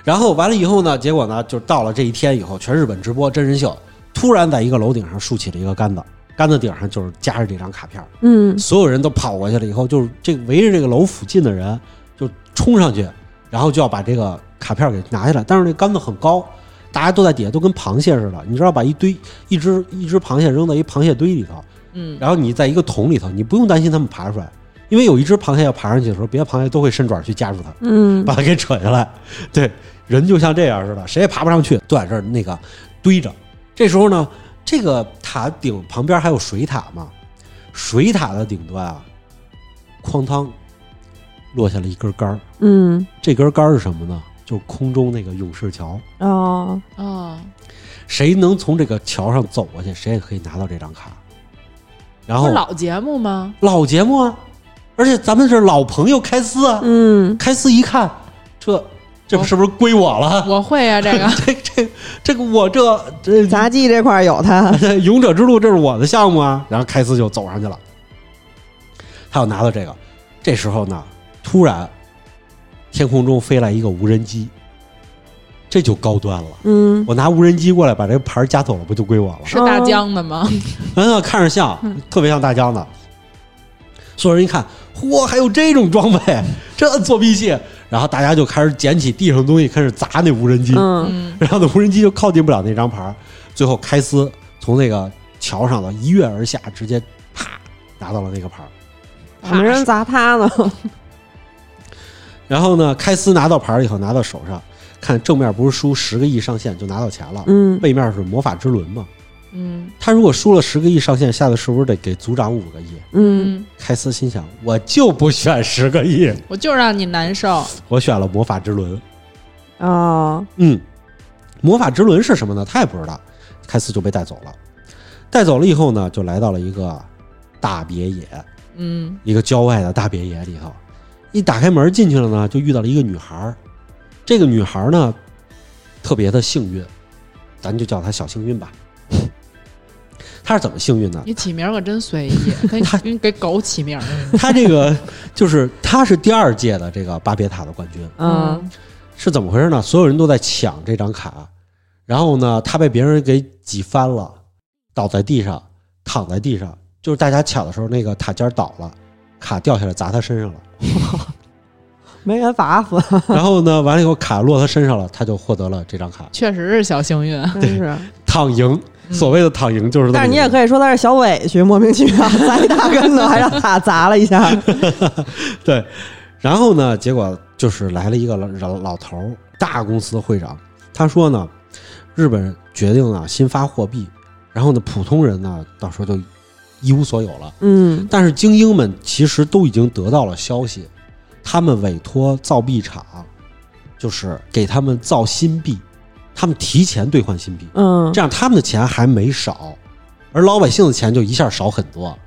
S2: 然后完了以后呢，结果呢，就到了这一天以后，全日本直播真人秀，突然在一个楼顶上竖起了一个杆子，杆子顶上就是夹着这张卡片儿。
S3: 嗯
S2: 所有人都跑过去了以后，就是这围着这个楼附近的人就冲上去，然后就要把这个卡片给拿下来。但是那杆子很高，大家都在底下都跟螃蟹似的，你知道，把一堆一只一只螃蟹扔到一螃蟹堆里头，
S1: 嗯，
S2: 然后你在一个桶里头，你不用担心它们爬出来，因为有一只螃蟹要爬上去的时候，别的螃蟹都会伸爪去夹住它。
S3: 嗯
S2: 把它给扯下来。对，人就像这样似的，谁也爬不上去，都在这儿那个堆着。这时候呢，这个塔顶旁边还有水塔嘛，水塔的顶端啊，哐当落下了一根杆儿。
S3: 嗯
S2: 这根杆儿是什么呢？就是空中那个勇士桥。
S3: 哦，
S1: 哦，
S2: 谁能从这个桥上走过去，谁也可以拿到这张卡。然
S1: 不
S2: 后
S1: 是老节目吗？
S2: 老节目啊，而且咱们是老朋友开司啊，
S3: 嗯，
S2: 开司一看，这这是不是归我了？
S1: 我会啊，这
S2: *laughs*
S1: 个
S2: 这这这个我这这
S4: 杂技这块儿有他，
S2: 勇者之路这是我的项目啊。然后开司就走上去了，他要拿到这个。这时候呢，突然天空中飞来一个无人机，这就高端了。
S3: 嗯，
S2: 我拿无人机过来把这个牌儿夹走了，不就归我了？
S1: 是大疆的吗？
S2: 嗯，看着像，特别像大疆的。所有人一看，嚯，还有这种装备，这作弊器！然后大家就开始捡起地上东西，开始砸那无人机。
S3: 嗯，
S1: 嗯，
S2: 然后那无人机就靠近不了那张牌儿。最后，开司从那个桥上了一跃而下，直接啪拿到了那个牌儿。
S3: 没人砸他呢，
S2: 然后呢，开司拿到牌儿以后，拿到手上，看正面不是输十个亿上限就拿到钱了，
S3: 嗯，
S2: 背面是魔法之轮嘛。
S1: 嗯
S2: 他如果输了十个亿上限，下次是不是得给组长五个亿？
S3: 嗯，
S1: 嗯，
S2: 开司心想，我就不选十个亿，
S1: 我就让你难受。
S2: 我选了魔法之轮。
S3: 哦，
S2: 嗯，魔法之轮是什么呢？他也不知道。开司就被带走了，带走了以后呢，就来到了一个大别野，
S1: 嗯
S2: 一个郊外的大别野里头。一打开门进去了呢，就遇到了一个女孩儿。这个女孩儿呢，特别的幸运，咱就叫她小幸运吧。 *laughs* 她是怎么幸
S1: *laughs*
S2: 运呢？
S1: 你起名儿可真随意，给你
S2: *laughs* 他
S1: 你给狗起名儿。
S2: 她这个就是她是第二届的这个巴别塔的冠军，
S3: 嗯，
S2: 是怎么回事呢？所有人都在抢这张卡，然后呢，他被别人给挤翻了，倒在地上，躺在地上，就是大家抢的时候，那个塔尖倒了，卡掉下来砸他身上了，
S4: 没人罚死， *laughs*
S2: 然后呢，完了以后卡落他身上了，他就获得了这张卡，
S1: 确实是小
S2: *laughs*
S1: 幸运。
S4: 真是。
S2: 躺赢。
S1: 嗯
S2: 所谓的躺赢就是这么一个，
S4: 但是你也可以说他是小委屈，莫名其
S2: *laughs*
S4: 妙砸一大跟头，还让他砸了一下。
S2: 对。然后呢，结果就是来了一个老老老头儿，大公司的会长，他说呢，日本决定啊新发货币，然后呢，普通人呢到时候就一无所有了。
S3: 嗯，
S2: 但是精英们其实都已经得到了消息，他们委托造币厂，就是给他们造新币，他们提前兑换新币，
S3: 嗯，
S2: 这样他们的钱还没少，而老百姓的钱就一下少很多。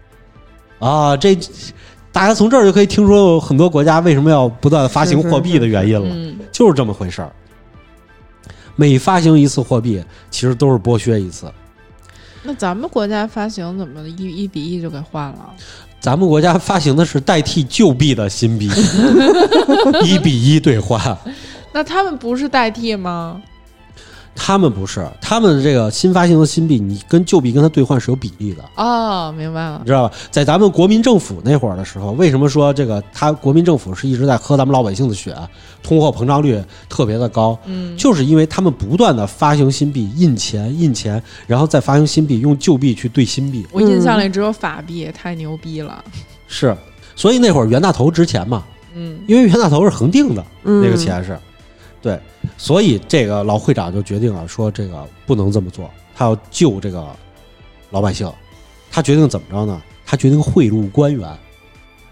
S2: 啊，这大家从这儿就可以听说有很多国家为什么要不断发行货币的原因了，
S1: 嗯，
S2: 就是这么回事儿。每发行一次货币，其实都是剥削一次。
S1: 那咱们国家发行怎么一一比一就给换了？
S2: 咱们国家发行的是代替旧币的新币， *laughs* 一比一兑换。
S1: 那他们不是代替吗？
S2: 他们不是，他们这个新发行的新币，你跟旧币跟它兑换是有比例的，
S1: 哦，明白了
S2: 你。知道吧？在咱们国民政府那会儿的时候，为什么说这个他国民政府是一直在喝咱们老百姓的血，通货膨胀率特别的高，
S1: 嗯，
S2: 就是因为他们不断的发行新币，印钱印钱，然后再发行新币，用旧币去兑新币，
S1: 我印象里只有法币，太牛逼了。
S2: 是，所以那会儿袁大头值钱嘛，
S1: 嗯，
S2: 因为袁大头是恒定的。
S3: 那
S4: 嗯
S2: 那个，钱是，对，所以这个老会长就决定了，说这个不能这么做，他要救这个老百姓。他决定怎么着呢？他决定贿赂官员，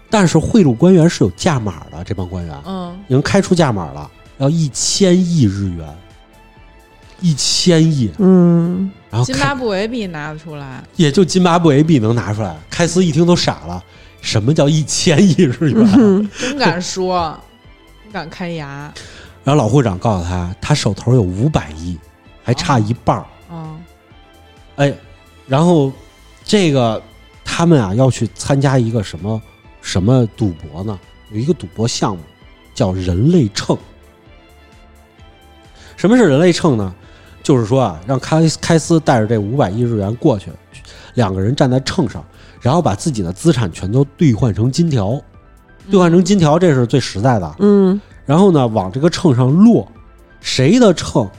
S2: 但是贿赂官员是有价码的，这帮官员
S1: 嗯，
S2: 已经开出价码了，要一千亿日元，一千亿，
S4: 嗯，
S2: 然后
S1: 津
S2: 开
S1: 巴布韦币拿得出来，
S2: 也就津巴布韦币能拿出来。开斯一听都傻了，什么叫一千亿日元？
S3: 嗯
S1: 真敢说，真敢开牙。
S2: 然后老会长告诉他，他手头有五百亿，还差一半儿。
S1: 嗯
S2: 哎，然后这个他们啊要去参加一个什么什么赌博呢？有一个赌博项目叫人类秤。什么是人类秤呢？就是说啊，让开开斯带着这五百亿日元过去，两个人站在秤上，然后把自己的资产全都兑换成金条，兑换成金条这是最实在的啊。
S3: 嗯
S2: 然后呢，往这个秤上落，谁的秤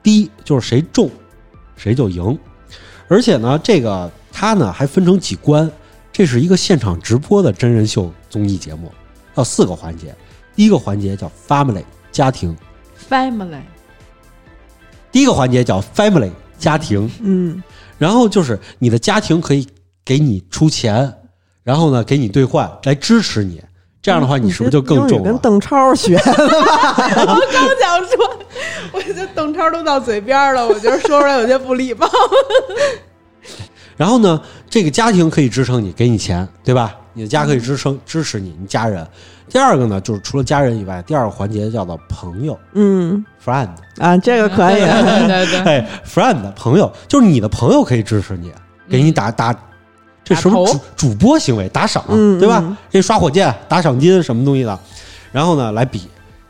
S2: 低就是谁重，谁就赢。而且呢，这个它呢还分成几关，这是一个现场直播的真人秀综艺节目，要四个环节。第一个环节叫 family 家庭，
S1: ，family，
S2: 第一个环节叫 family 家庭，
S4: 嗯，
S2: 然后就是你的家庭可以给你出钱，然后呢给你兑换来支持你。这样的话，你是不是就更
S4: 英
S2: 重
S4: 语
S2: 了？
S4: 跟邓超
S2: *laughs*
S4: 学的，
S1: 我刚想说，我这邓超都到嘴边了，我觉得说出来有些不礼貌。
S2: 然后呢，这个家庭可以支撑你，给你钱，对吧？你的家可以支撑支持你，你家人。第二个呢，就是除了家人以外，第二个环节叫做朋友
S4: 嗯
S2: （friend）。
S4: 啊，这个可以
S2: *laughs*
S1: 对。对对对对
S2: 哎，friend 朋友，就是你的朋友可以支持你，给你打打，这
S1: 打
S2: 什么
S1: 头
S2: 主主播行为打赏，
S4: 嗯
S2: 对吧？
S4: 嗯
S2: 这刷火箭打赏金什么东西的，然后呢来比。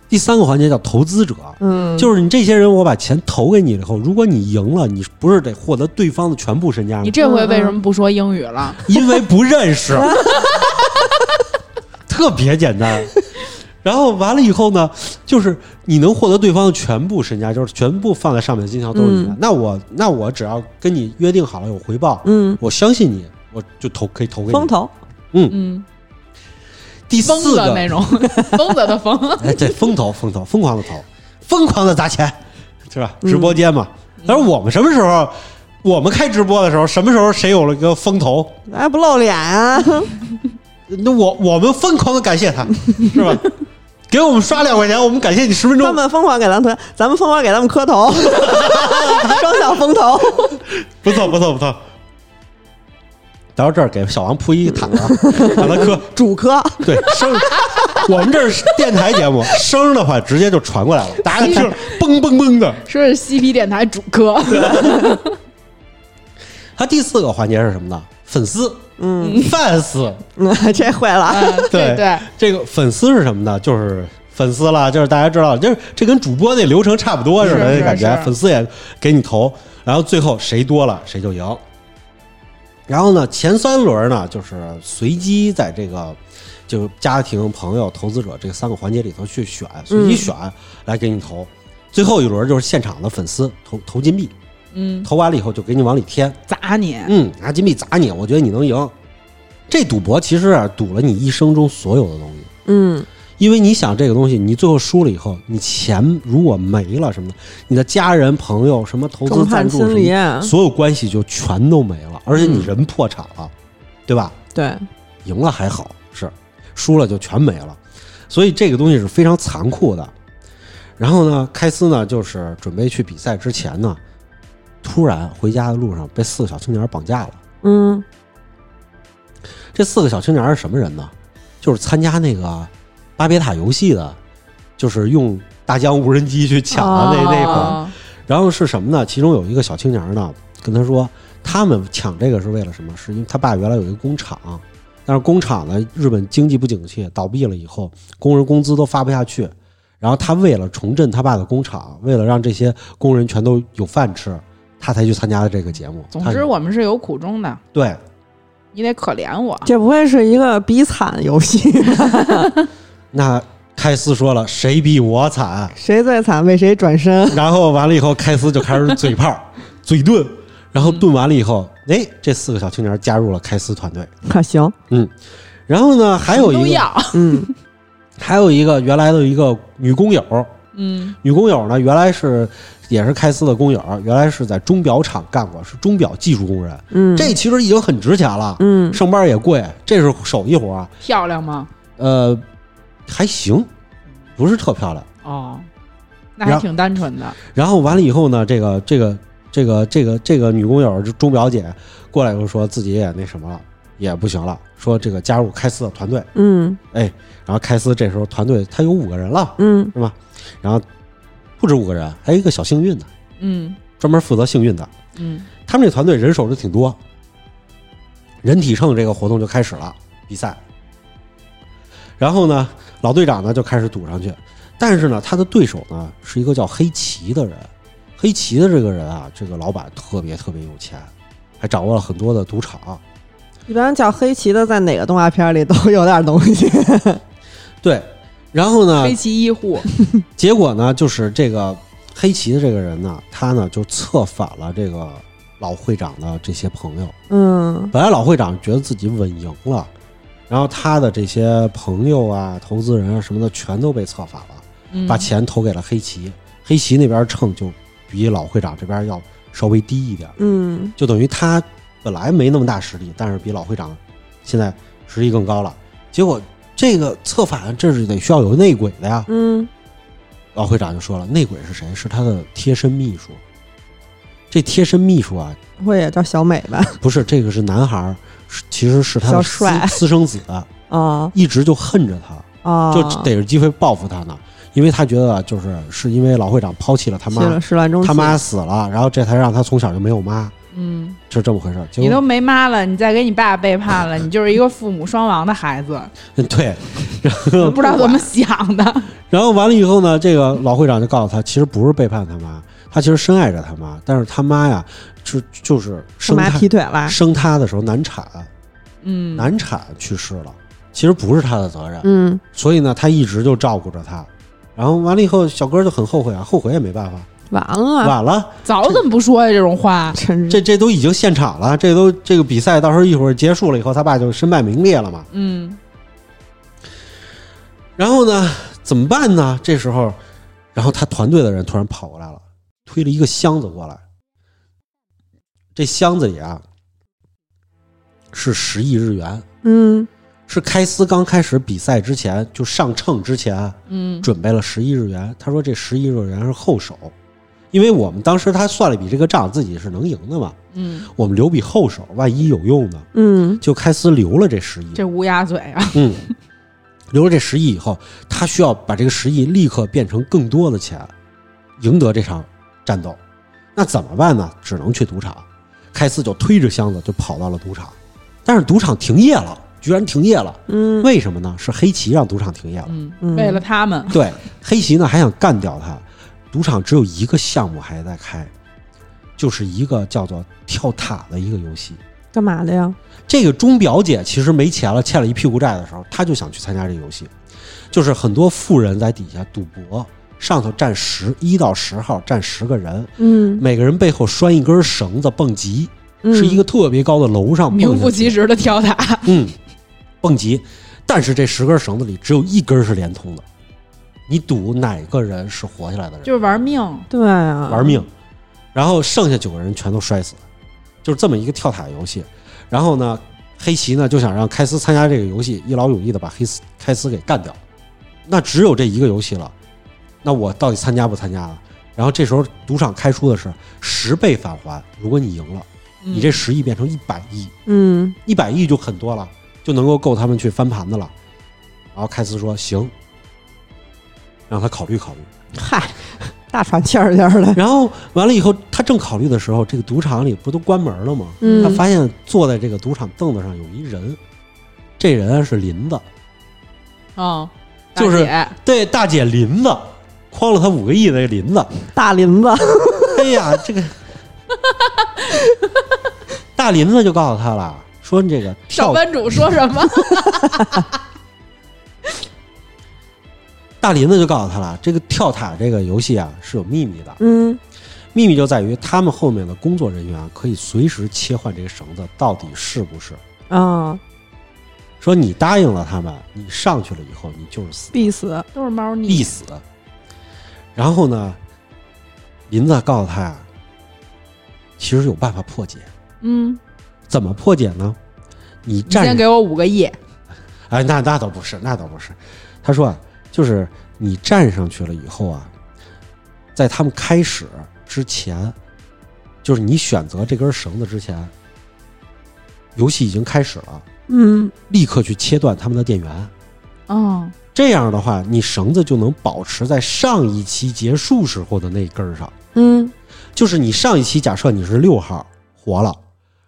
S2: 第三个环节叫投资者，
S4: 嗯，
S2: 就是你这些人，我把钱投给你了以后，如果你赢了，你不是得获得对方的全部身家吗
S1: *laughs* 你？这回为什么不说英语了？
S2: 因为不
S4: *laughs*
S2: 认识，特别简单。然后完了以后呢，就是你能获得对方的全部身家，就是全部放在上面的金条都是你的。那我那我只要跟你约定好了有回报，
S4: 嗯，
S2: 我相信你，我就投可以投给
S4: 风
S2: 你。
S4: 投，
S1: 嗯，
S2: 第
S1: 疯
S2: 四
S1: 子
S2: 个
S1: 那种，疯子的疯。
S2: 哎，对，风投，风投，疯狂的投，疯狂的砸钱，是吧？
S4: 嗯
S2: 直播间嘛。但是我们什么时候，我们开直播的时候，什么时候谁有了个风投？
S4: 哎，不露脸
S2: *laughs*
S4: 啊，
S2: 那我我们疯狂的感谢 *laughs* 他，是吧？给我们刷两块钱，我们感谢你十分
S4: 他
S2: 钟。
S4: 们疯狂给咱们，咱们疯狂给他们磕头， *laughs* 双向风投。
S2: 不错，不错，不错。聊到这儿，给小王铺一个毯子啊， *laughs* 让他磕。
S4: 主科，
S2: 对，生，我们这是电台节目，声儿的话直接就传过来 *laughs* 了，大家听，嘣嘣嘣的。
S1: 说是嬉皮电台主歌，
S2: 它第四个环节是什么呢？粉丝，嗯，fans，
S4: 嗯，这会了，
S2: *laughs*
S1: 嗯对对，
S2: 这个粉丝是什么呢？就是粉丝啦，就是大家知道，就是这跟主播那流程差不多似的，
S1: 是
S2: 那感觉
S1: 是
S2: 粉丝也给你投，然后最后谁多了谁就赢。然后呢，前三轮呢就是随机在这个就是家庭、朋友、投资者这三个环节里头去选，随机
S1: 嗯
S2: 选来给你投。最后一轮就是现场的粉丝投投金币，
S1: 嗯，
S2: 投完了以后就给你往里添，
S1: 砸你，
S2: 嗯，拿金币砸你，我觉得你能赢。这赌博其实啊，赌了你一生中所有的东西。
S4: 嗯，
S2: 因为你想这个东西，你最后输了以后，你钱如果没了什么的，你的家人、朋友、什么投资
S4: 众叛
S2: 赞助
S4: 亲离
S2: 什，么，所有关系就全都没了，而且你人破产了，对吧？
S4: 对，
S2: 赢了还好，是输了就全没了，所以这个东西是非常残酷的。然后呢，开斯呢就是准备去比赛之前呢，突然回家的路上被四个小青年绑架了。
S4: 嗯，
S2: 这四个小青年是什么人呢？就是参加那个巴别塔游戏的，就是用大疆无人机去
S1: 啊
S2: 抢的那、那款。
S1: 哦
S2: 然后是什么呢？其中有一个小青年呢，跟他说，他们抢这个是为了什么？是因为他爸原来有一个工厂，但是工厂呢，日本经济不景气，倒闭了以后，工人工资都发不下去。然后他为了重振他爸的工厂，为了让这些工人全都有饭吃，他才去参加的这个节目。
S1: 总
S2: 他
S1: 之，我们是有苦衷的，
S2: 对
S1: 你得可怜我。
S4: 这不会是一个比惨游戏吧？
S2: 那开斯说了，谁比我惨？
S4: *laughs* 谁最惨为谁转身？ *laughs*
S2: 然后完了以后，开司就开始嘴炮、嘴遁，然后遁完了以后，哎，这四个小青年加入了开司团队。
S4: 啊，行，
S2: 然后呢，还有
S1: 都
S2: 一个， *laughs*
S1: 要，
S4: 嗯，
S2: 还有一个原来的一个女工友，
S1: 嗯
S2: 女工友呢原来是也是开司的工友，原来是在钟表厂干过，是钟表技术工人。
S4: 嗯，
S2: 这其实已经很值钱了，
S4: 嗯
S2: 上班也贵，这是手艺活儿，啊
S1: 漂亮吗？
S2: 呃，还行，不是特漂亮。
S1: 哦，那还
S2: 然后
S1: 挺单纯的。
S2: 然后完了以后呢，这个这个这个这个这个女工友钟表姐过来以后说自己也那什么了，也不行了，说这个加入开司的团队，
S4: 嗯
S2: 然后开司这时候团队他有五个人了，
S4: 嗯
S2: 然后不止五个人，还有一个小幸运的，
S1: 嗯
S2: 专门负责幸运的，
S1: 嗯
S2: 他们这团队人手就挺多，人体秤这个活动就开始了比赛。然后呢，老队长呢就开始赌上去，但是呢，他的对手呢是一个叫黑棋的人。黑棋的这个人啊，这个老板特别特别有钱，还掌握了很多的赌场。
S4: 一般叫黑旗的，在哪个动画片里都有点东西。 *laughs*
S2: 对，然后呢
S1: 黑，崎一护，
S2: 结果呢就是这个黑棋的这个人呢，他呢就策反了这个老会长的这些朋友。
S4: 嗯
S2: 本来老会长觉得自己稳赢了，然后他的这些朋友啊、投资人啊什么的全都被策反了，
S1: 嗯
S2: 把钱投给了黑棋。黑棋那边秤就比老会长这边要稍微低一点，
S4: 嗯
S2: 就等于他本来没那么大实力，但是比老会长现在实力更高了。结果这个策反这是得需要有内鬼的呀。
S4: 嗯
S2: 老会长就说了，内鬼是谁？是他的贴身秘书。这贴身秘书啊，
S4: 不会也叫小美 *laughs* 吧？
S2: 不是这个是男孩儿，是其实是他
S4: 小
S2: 的私
S4: 帅
S2: 私生子，
S4: 啊
S2: 一直就恨着他，
S4: 啊，
S2: 就逮着机会报复他呢，因为他觉得就是是因为老会长抛弃了他
S4: 去
S2: 妈
S4: 了，始乱终弃。
S2: 他妈死了，然后这才让他从小就没有妈，
S1: 嗯，
S2: 就这么回事儿。结
S1: 你
S2: 果
S1: 都没妈了，你再给你爸背叛了，你就是一个父母双亡的孩
S2: *laughs*
S1: 子，
S2: 对，
S1: 不知道怎么想的。
S2: 然后完了以后呢，这个老会长就告诉他，其实不是背叛他妈，他其实深爱着他妈，但是他妈呀，就就是
S4: 他
S2: 生
S4: 妈
S2: 他
S4: 劈腿了，
S2: 生他的时候难产，
S1: 嗯，
S2: 难产去世了，其实不是他的责任，
S4: 嗯，
S2: 所以呢，他一直就照顾着他。然后完了以后，小哥就很后悔啊，后悔也没办法，
S4: 完了，
S3: 啊
S2: 晚了，
S1: 早怎么不说呀？这种话，
S4: 啊真是
S2: 这这都已经现场了，这都这个比赛到时候一会儿结束了以后，他爸就身败名裂了嘛。
S1: 嗯
S2: 然后呢，怎么办呢？这时候，然后他团队的人突然跑过来了，推了一个箱子过来。这箱子里啊，是十亿日元，
S4: 嗯
S2: 是开司刚开始比赛之前就上秤之前
S1: 嗯
S2: 准备了十亿日元。他说这十亿日元是后手，因为我们当时他算了一笔这个账，自己是能赢的嘛，
S1: 嗯，
S2: 我们留笔后手，万一有用呢，
S4: 嗯
S2: 就开司留了这十亿。
S1: 这乌鸦嘴啊，
S2: 嗯，留了这十亿以后，他需要把这个十亿立刻变成更多的钱，赢得这场战斗。那怎么办呢？只能去赌场。开司就推着箱子就跑到了赌场，但是赌场停业了，居然停业了。
S4: 嗯，
S2: 为什么呢？是黑棋让赌场停业了。
S1: 嗯，
S4: 嗯
S1: 为了他 *laughs* 们，
S2: 对，黑棋呢还想干掉他。赌场只有一个项目还在开，就是一个叫做跳塔的一个游戏。
S4: 干嘛的呀？
S2: 这个钟表姐其实没钱了，欠了一屁股债的时候，她就想去参加这个游戏。就是很多富人在底下赌博，上头站十一到十号，站十个人，
S4: 嗯，
S2: 每个人背后拴一根绳子蹦极，
S4: 嗯
S2: 是一个特别高的楼上蹦下去
S1: 名副其实的跳
S2: *laughs*
S1: 塔。
S2: 嗯，蹦极。但是这十根绳子里只有一根是连通的，你赌哪个人是活下来的人，
S1: 就是玩命，
S4: 对啊，
S2: 玩命，然后剩下九个人全都摔死，就是这么一个跳塔游戏。然后呢，黑棋呢就想让开斯参加这个游戏，一劳永逸的把黑斯开斯给干掉。那只有这一个游戏了，那我到底参加不参加了？然后这时候赌场开出的是十倍返还，如果你赢了，
S1: 嗯
S2: 你这十亿变成一百亿，
S4: 嗯
S2: 一百亿就很多了，就能够够他们去翻盘的了。然后开斯说行，让他考虑考虑。
S4: 嗨，大喘气儿气儿的，
S2: 然后完了以后，他正考虑的时候，这个赌场里不都关门了吗？
S4: 嗯
S2: 他发现坐在这个赌场凳子上有一人，这人啊是林子，
S1: 啊，
S2: 就是
S1: 大姐
S2: 对，大姐林子，诓了他五个亿的这林子，
S4: 大林子，
S2: 哎呀，这个大林子就告诉他了，说这个
S1: 上
S2: 跳
S1: 班主说什
S2: *laughs*
S1: 么？
S2: 大林子就告诉他了，这个跳塔这个游戏啊是有秘密的，
S4: 嗯
S2: 秘密就在于他们后面的工作人员可以随时切换这个绳子到底是不是。
S4: 啊，
S2: 说你答应了他们，你上去了以后，你就是死，
S4: 必死，
S1: 都是猫腻
S2: 必。死。然后呢，林子告诉他呀，其实有办法破解。
S1: 嗯，
S2: 怎么破解呢？你
S1: 你先
S2: 站着，
S1: 给我五个亿。
S2: 哎，那那倒不是，那倒不是。他说啊，就是你站上去了以后啊，在他们开始之前，就是你选择这根绳子之前，游戏已经开始了，
S4: 嗯
S2: 立刻去切断他们的电源。
S1: 嗯
S2: 这样的话，你绳子就能保持在上一期结束时候的那根儿上。
S4: 嗯
S2: 就是你上一期假设你是六号活了，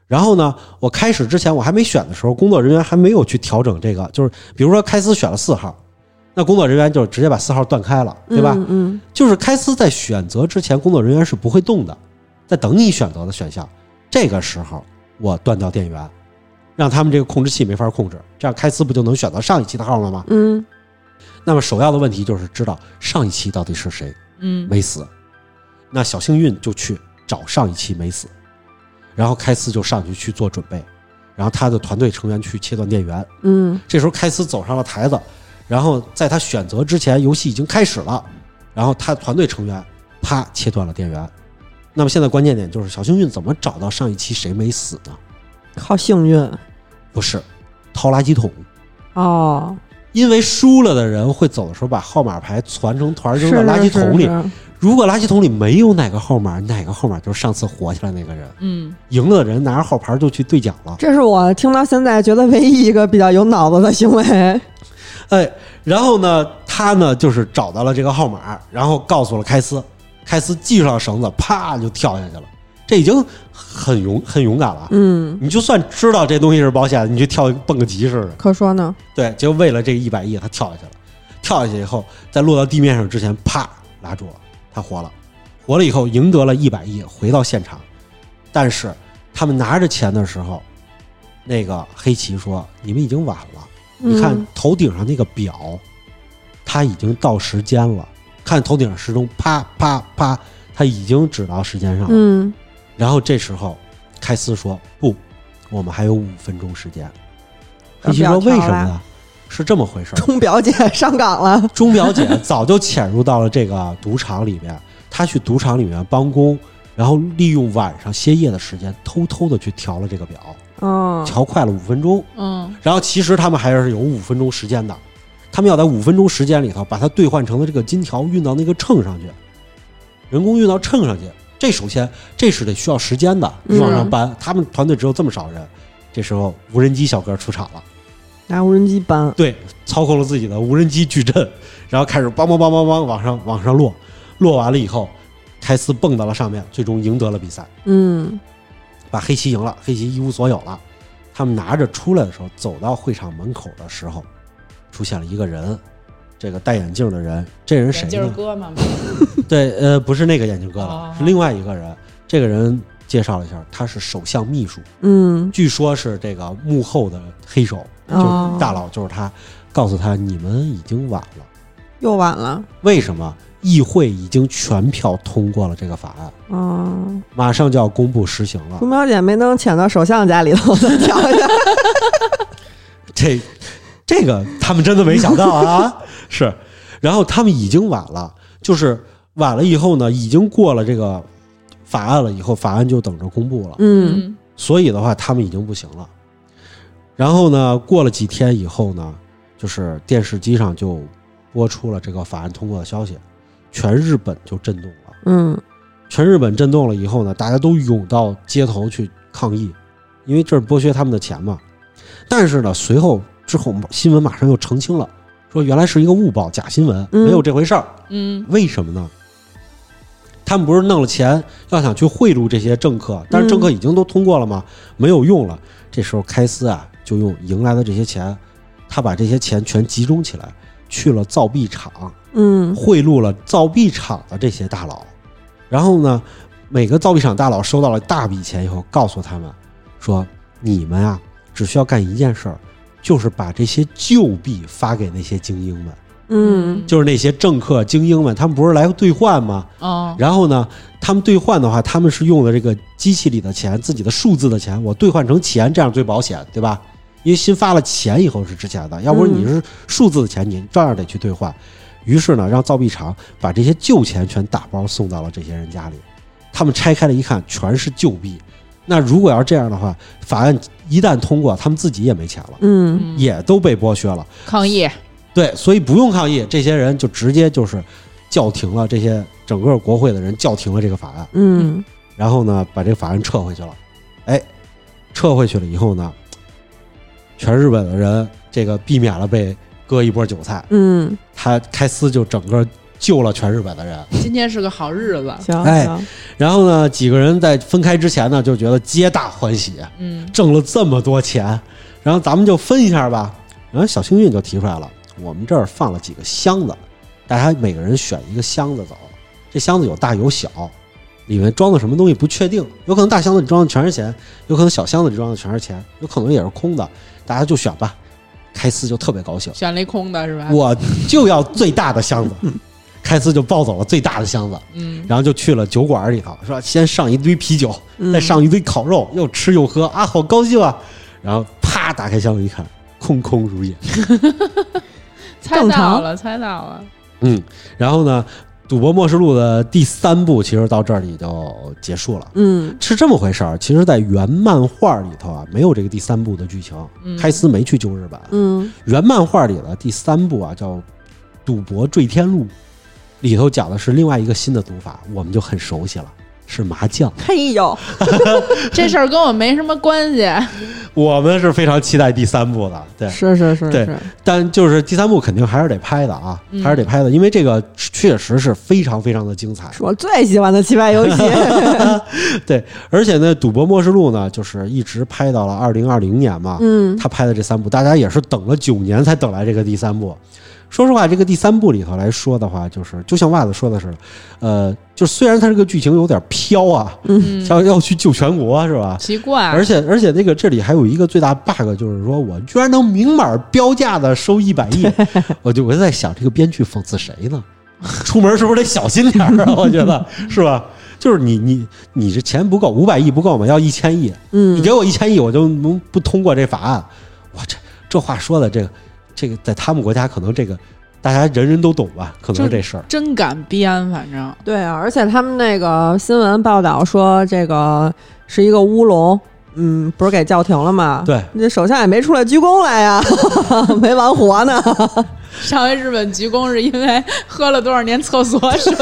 S2: 然后呢，我开始之前我还没选的时候，工作人员还没有去调整这个，就是比如说开司选了四号，那工作人员就直接把四号断开了，对吧？
S4: 嗯嗯
S2: 就是开司在选择之前，工作人员是不会动的，在等你选择的选项。这个时候我断掉电源，让他们这个控制器没法控制，这样开司不就能选择上一期的号了吗？
S4: 嗯
S2: 那么首要的问题就是知道上一期到底是谁
S1: 嗯，
S2: 没死。那小幸运就去找上一期没死，然后开司就上去去做准备，然后他的团队成员去切断电源。
S4: 嗯
S2: 这时候开司走上了台子，然后在他选择之前，游戏已经开始了，然后他团队成员啪切断了电源。那么现在关键点就是小幸运怎么找到上一期谁没死呢？
S4: 靠幸运
S2: 不是掏垃圾桶，
S4: 哦，
S2: 因为输了的人会走的时候把号码牌攒成团扔
S4: 是
S2: 到垃圾
S4: 是
S2: 桶里，
S4: 是
S2: 如果垃圾桶里没有哪个号码，哪个号码就是上次活下来那个人，
S1: 嗯，
S2: 赢的人拿着号牌就去兑奖了。
S4: 这是我听到现在觉得唯一一个比较有脑子的行为。
S2: 哎，然后呢，他呢就是找到了这个号码，然后告诉了开司，开司系上绳子，啪就跳下去了。这已经很勇很勇敢了。
S4: *laughs* 嗯，
S2: 你就算知道这东西是保险，你去跳蹦个极似的。
S4: 可说呢，
S2: 对，就为了这一百亿，他跳下去了。跳下去以后，在落到地面上之前，啪拉住了，他活了。活了以后，赢得了一百亿，回到现场。但是他们拿着钱的时候，那个黑棋说：“你们已经晚了，你看
S4: 嗯
S2: 头顶上那个表，它已经到时间了。看头顶上时钟，啪啪啪，它已经指到时间上了。
S4: 嗯，
S2: 然后这时候，开司说：“不，我们还有五分钟时间。”黑棋说：“为什么呢？是这么回事儿。 *laughs*
S4: 钟表姐上岗了，
S2: 钟表姐早就潜入到了这个赌场里面，她去赌场里面帮工，然后利用晚上歇业的时间，偷偷的去调了这个表，
S4: 嗯，
S2: 调快了五分钟。
S1: 嗯，
S2: 然后其实他们还是有五分钟时间的，他们要在五分钟时间里头把它兑换成的这个金条运到那个秤上去，人工运到秤上去。这首先这是得需要时间的，你往上搬。他们团队只有这么少人，这时候无人机小哥出场了，
S4: *laughs* 拿无人机搬，
S2: 对，操控了自己的无人机矩阵，然后开始梆梆梆梆梆往上往上落，落完了以后，开司蹦到了上面，最终赢得了比赛。
S4: 嗯，
S2: 把黑棋赢了，黑棋一无所有了。他们拿着出来的时候，走到会场门口的时候，出现了一个人，这个戴眼镜的人，这人谁
S1: 眼镜儿
S2: 呢？
S1: 哥嘛，
S2: 对，呃，不是那个眼镜哥
S1: 哦
S2: 了，是另外一个人。这个人介绍了一下，他是首相秘书，
S4: 嗯，
S2: 据说是这个幕后的黑手，就是
S4: 哦
S2: 大佬就是他，告诉他你们已经晚了，
S4: 又晚了，
S2: 为什么？议会已经全票通过了这个法案，
S4: 嗯，
S2: 马上就要公布实行了。
S4: 钟表姐没能潜到首相家里头 *laughs* 再跳一下，
S2: *laughs* 这这个他们真的没想到啊， *laughs* 是。然后他们已经晚了，就是晚了以后呢，已经过了这个法案了，以后法案就等着公布了。
S4: 嗯，
S1: 嗯
S2: 所以的话，他们已经不行了。然后呢，过了几天以后呢，就是电视机上就播出了这个法案通过的消息，全日本就震动了。
S4: 嗯，
S2: 全日本震动了以后呢，大家都涌到街头去抗议，因为这是剥削他们的钱嘛。但是呢，随后之后新闻马上又澄清了，说原来是一个误报，假新闻，
S4: 嗯
S2: 没有这回事儿。
S1: 嗯
S2: 为什么呢？他们不是弄了钱，要想去贿赂这些政客，但是政客已经都通过了嘛，没有用了。这时候开司啊，就用赢来的这些钱，他把这些钱全集中起来，去了造币厂，
S4: 嗯，
S2: 贿赂了造币厂的这些大佬，然后呢，每个造币厂大佬收到了大笔钱以后，告诉他们说：“你们啊，只需要干一件事儿，就是把这些旧币发给那些精英们，
S4: 嗯，
S2: 就是那些政客精英们，他们不是来兑换吗？
S1: 哦，
S2: 然后呢，他们兑换的话，他们是用的这个机器里的钱，自己的数字的钱，我兑换成钱，这样最保险，对吧？因为新发了钱以后是值钱的，要不然你是数字的钱，你照样得去兑换。于是呢，让造币厂把这些旧钱全打包送到了这些人家里。他们拆开了一看，全是旧币。那如果要是这样的话，法案一旦通过，他们自己也没钱了，
S4: 嗯，
S2: 也都被剥削了。
S1: 抗议，
S2: 对，所以不用抗议，这些人就直接就是叫停了，这些整个国会的人叫停了这个法案，
S4: 嗯，
S2: 然后呢，把这个法案撤回去了。哎，撤回去了以后呢，全日本的人这个避免了被割一波韭菜，
S4: 嗯，
S2: 他开司就整个救了全日本的人。
S1: 今天是个好日子，
S4: 行，
S2: 哎
S4: 行，
S2: 然后呢，几个人在分开之前呢，就觉得皆大欢喜，啊
S1: 嗯
S2: 挣了这么多钱，然后咱们就分一下吧。然后小幸运就提出来了，我们这儿放了几个箱子，大家每个人选一个箱子走。这箱子有大有小，里面装的什么东西不确定，有可能大箱子里装的全是钱，有可能小箱子里装的全是钱，有可能也是空的，大家就选吧。开司就特别高兴，
S1: 选了一空的是吧？
S2: 我就要最大的箱子。开司就抱走了最大的箱子，
S1: 嗯
S2: 然后就去了酒馆里头，说先上一堆啤酒，
S4: 嗯
S2: 再上一堆烤肉，又吃又喝啊，好高兴啊！然后啪打开箱子一看，空空如也。
S1: 猜
S4: 正
S1: 到
S4: 常
S1: 了，猜到了，
S2: 嗯，然后呢，《赌博默示录》的第三部其实到这里就结束了。
S4: 嗯，
S2: 是这么回事儿，其实，在原漫画里头啊，没有这个第三部的剧情，
S1: 嗯
S2: 开司没去救日本。
S4: 嗯，
S2: 原漫画里的第三部啊，叫《赌博坠天录》，里头讲的是另外一个新的赌法，我们就很熟悉了，是麻将。
S4: 嘿呦，
S1: 这事儿跟我没什么关系。
S2: 我们是非常期待第三部的，对，
S3: 是是是
S2: 对
S3: 是，
S2: 但就是第三部肯定还是得拍的啊，
S1: 嗯
S2: 还是得拍的，因为这个确实是非常非常的精彩。
S4: 是我最喜欢的棋牌
S2: *laughs*
S4: 游戏。
S2: 而且呢，《赌博默示录》呢，就是一直拍到了二零二零年嘛，
S3: 嗯，
S2: 他拍的这三部，大家也是等了九年才等来这个第三部。说实话，这个第三部里头来说的话，就是就像袜子说的似的，呃，就虽然它这个剧情有点飘啊，
S1: 嗯，
S2: 像要去救全国是吧？
S1: 奇怪，
S2: 而且而且那个这里还有一个最大 bug，就是说我居然能明码标价的收一百亿，我就我就在想这个编剧讽刺谁呢？出门是不是得小心点儿啊？我觉得是吧？就是你你你这钱不够，五百亿不够吗？要一千亿，
S3: 嗯
S2: 你给我一千亿，我就能不通过这法案。我这这话说的，这个这个在他们国家可能这个大家人人都懂吧？可能是这事儿。
S1: 真敢编，反正
S3: 对啊，而且他们那个新闻报道说，这个是一个乌龙，
S4: 嗯，不是给叫停了
S3: 啊
S4: 吗？
S2: 对，
S4: 你这首相也没出来鞠躬来呀， *laughs* 没完活呢。
S1: 上回日本鞠躬是因为喝了多少年厕所 *laughs* 水，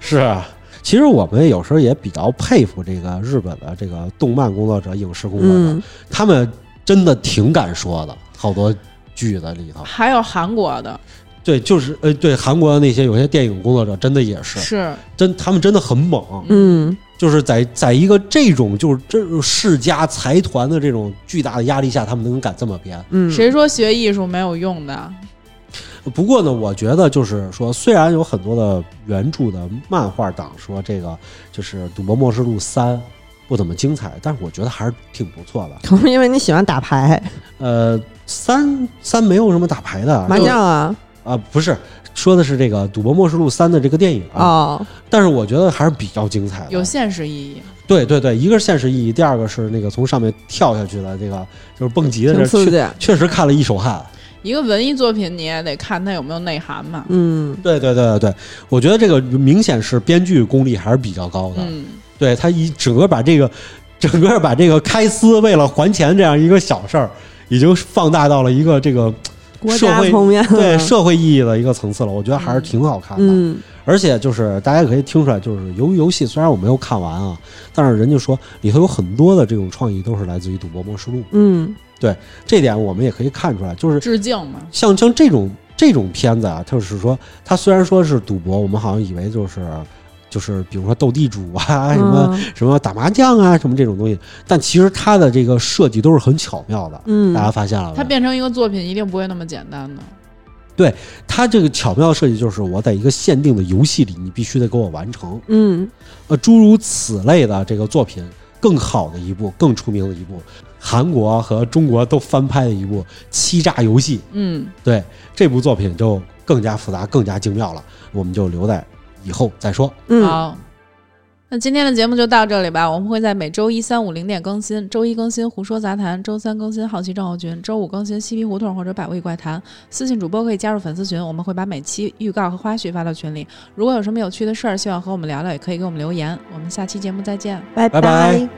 S2: 是啊，其实我们有时候也比较佩服这个日本的这个动漫工作者、影视工作者，
S4: 嗯，
S2: 他们真的挺敢说的，好多剧的里头，
S1: 还有韩国的，
S2: 对，就是呃，对韩国的那些有些电影工作者，真的也是
S1: 是
S2: 真，他们真的很猛，
S4: 嗯，
S2: 就是在在一个这种就是这种世家财团的这种巨大的压力下，他们能敢这么编。
S4: 嗯，
S1: 谁说学艺术没有用的？
S2: 不过呢，我觉得就是说，虽然有很多的原著的漫画党说这个就是《赌博默示录三》不怎么精彩，但是我觉得还是挺不错的。
S4: 可能是因为你喜欢打牌、
S2: 呃，三三没有什么打牌的，
S4: 麻
S2: 就
S4: 将啊？
S2: 啊，不是说的是这个《赌博默示录三》的这个电影啊，
S4: 哦，
S2: 但是我觉得还是比较精彩的。
S1: 有现实意义，
S2: 对对对，一个是现实意义，第二个是那个从上面跳下去的这个就是蹦极的
S4: 挺
S2: 这
S4: 刺
S2: 确
S4: 激。
S2: 确实看了一手汗。
S1: 一个文艺作品你也得看它有没有内涵嘛。
S4: 嗯，
S2: 对对对对对，我觉得这个明显是编剧功力还是比较高的。
S1: 嗯，
S2: 对他一整个把这个整个把这个开司为了还钱这样一个小事儿，已经放大到了一个这个
S4: 国
S2: 社
S4: 家
S2: 会
S4: 层面
S2: 对社会意义的一个层次了。我觉得还是挺好看的。
S4: 嗯，
S2: 而且就是大家也可以听出来，就是由于游戏虽然我没有看完啊，但是人家说里头有很多的这种创意都是来自于《赌博默示录》，
S4: 嗯，
S2: 这点我们也可以看出来，就是
S1: 致敬嘛。
S2: 像像这种这种片子啊，它就是说它虽然说是赌博，我们好像以为就是 *laughs* 就是比如说斗地主啊，什么、什么打麻将啊，什么这种东西，但其实它的这个设计都是很巧妙的。
S4: 嗯
S2: 大家发现了
S1: 它
S2: 吧？
S1: 变成一个作品，一定不会那么简单的。
S2: 它这个巧妙的设计就是我在一个限定的游戏里，你必须得给我完成。
S4: 嗯，
S2: 呃，诸如此类的这个作品，更好的一部，更出名的一部，韩国和中国都翻拍的一部《欺诈游戏》。
S1: 嗯，
S2: 对这部作品就更加复杂、更加精妙了，我们就留在以后再说。
S4: 嗯，
S1: 好。那今天的节目就到这里吧，我们会在每周一、三、五零点更新，周一更新《胡说杂谈》，周三更新《好奇症候群》，周五更新《嬉皮胡同》或者《百味怪谈》。私信主播可以加入粉丝群，我们会把每期预告和花絮发到群里。如果有什么有趣的事儿，希望和我们聊聊，也可以给我们留言。我们下期节目再见。
S4: 拜
S2: 拜拜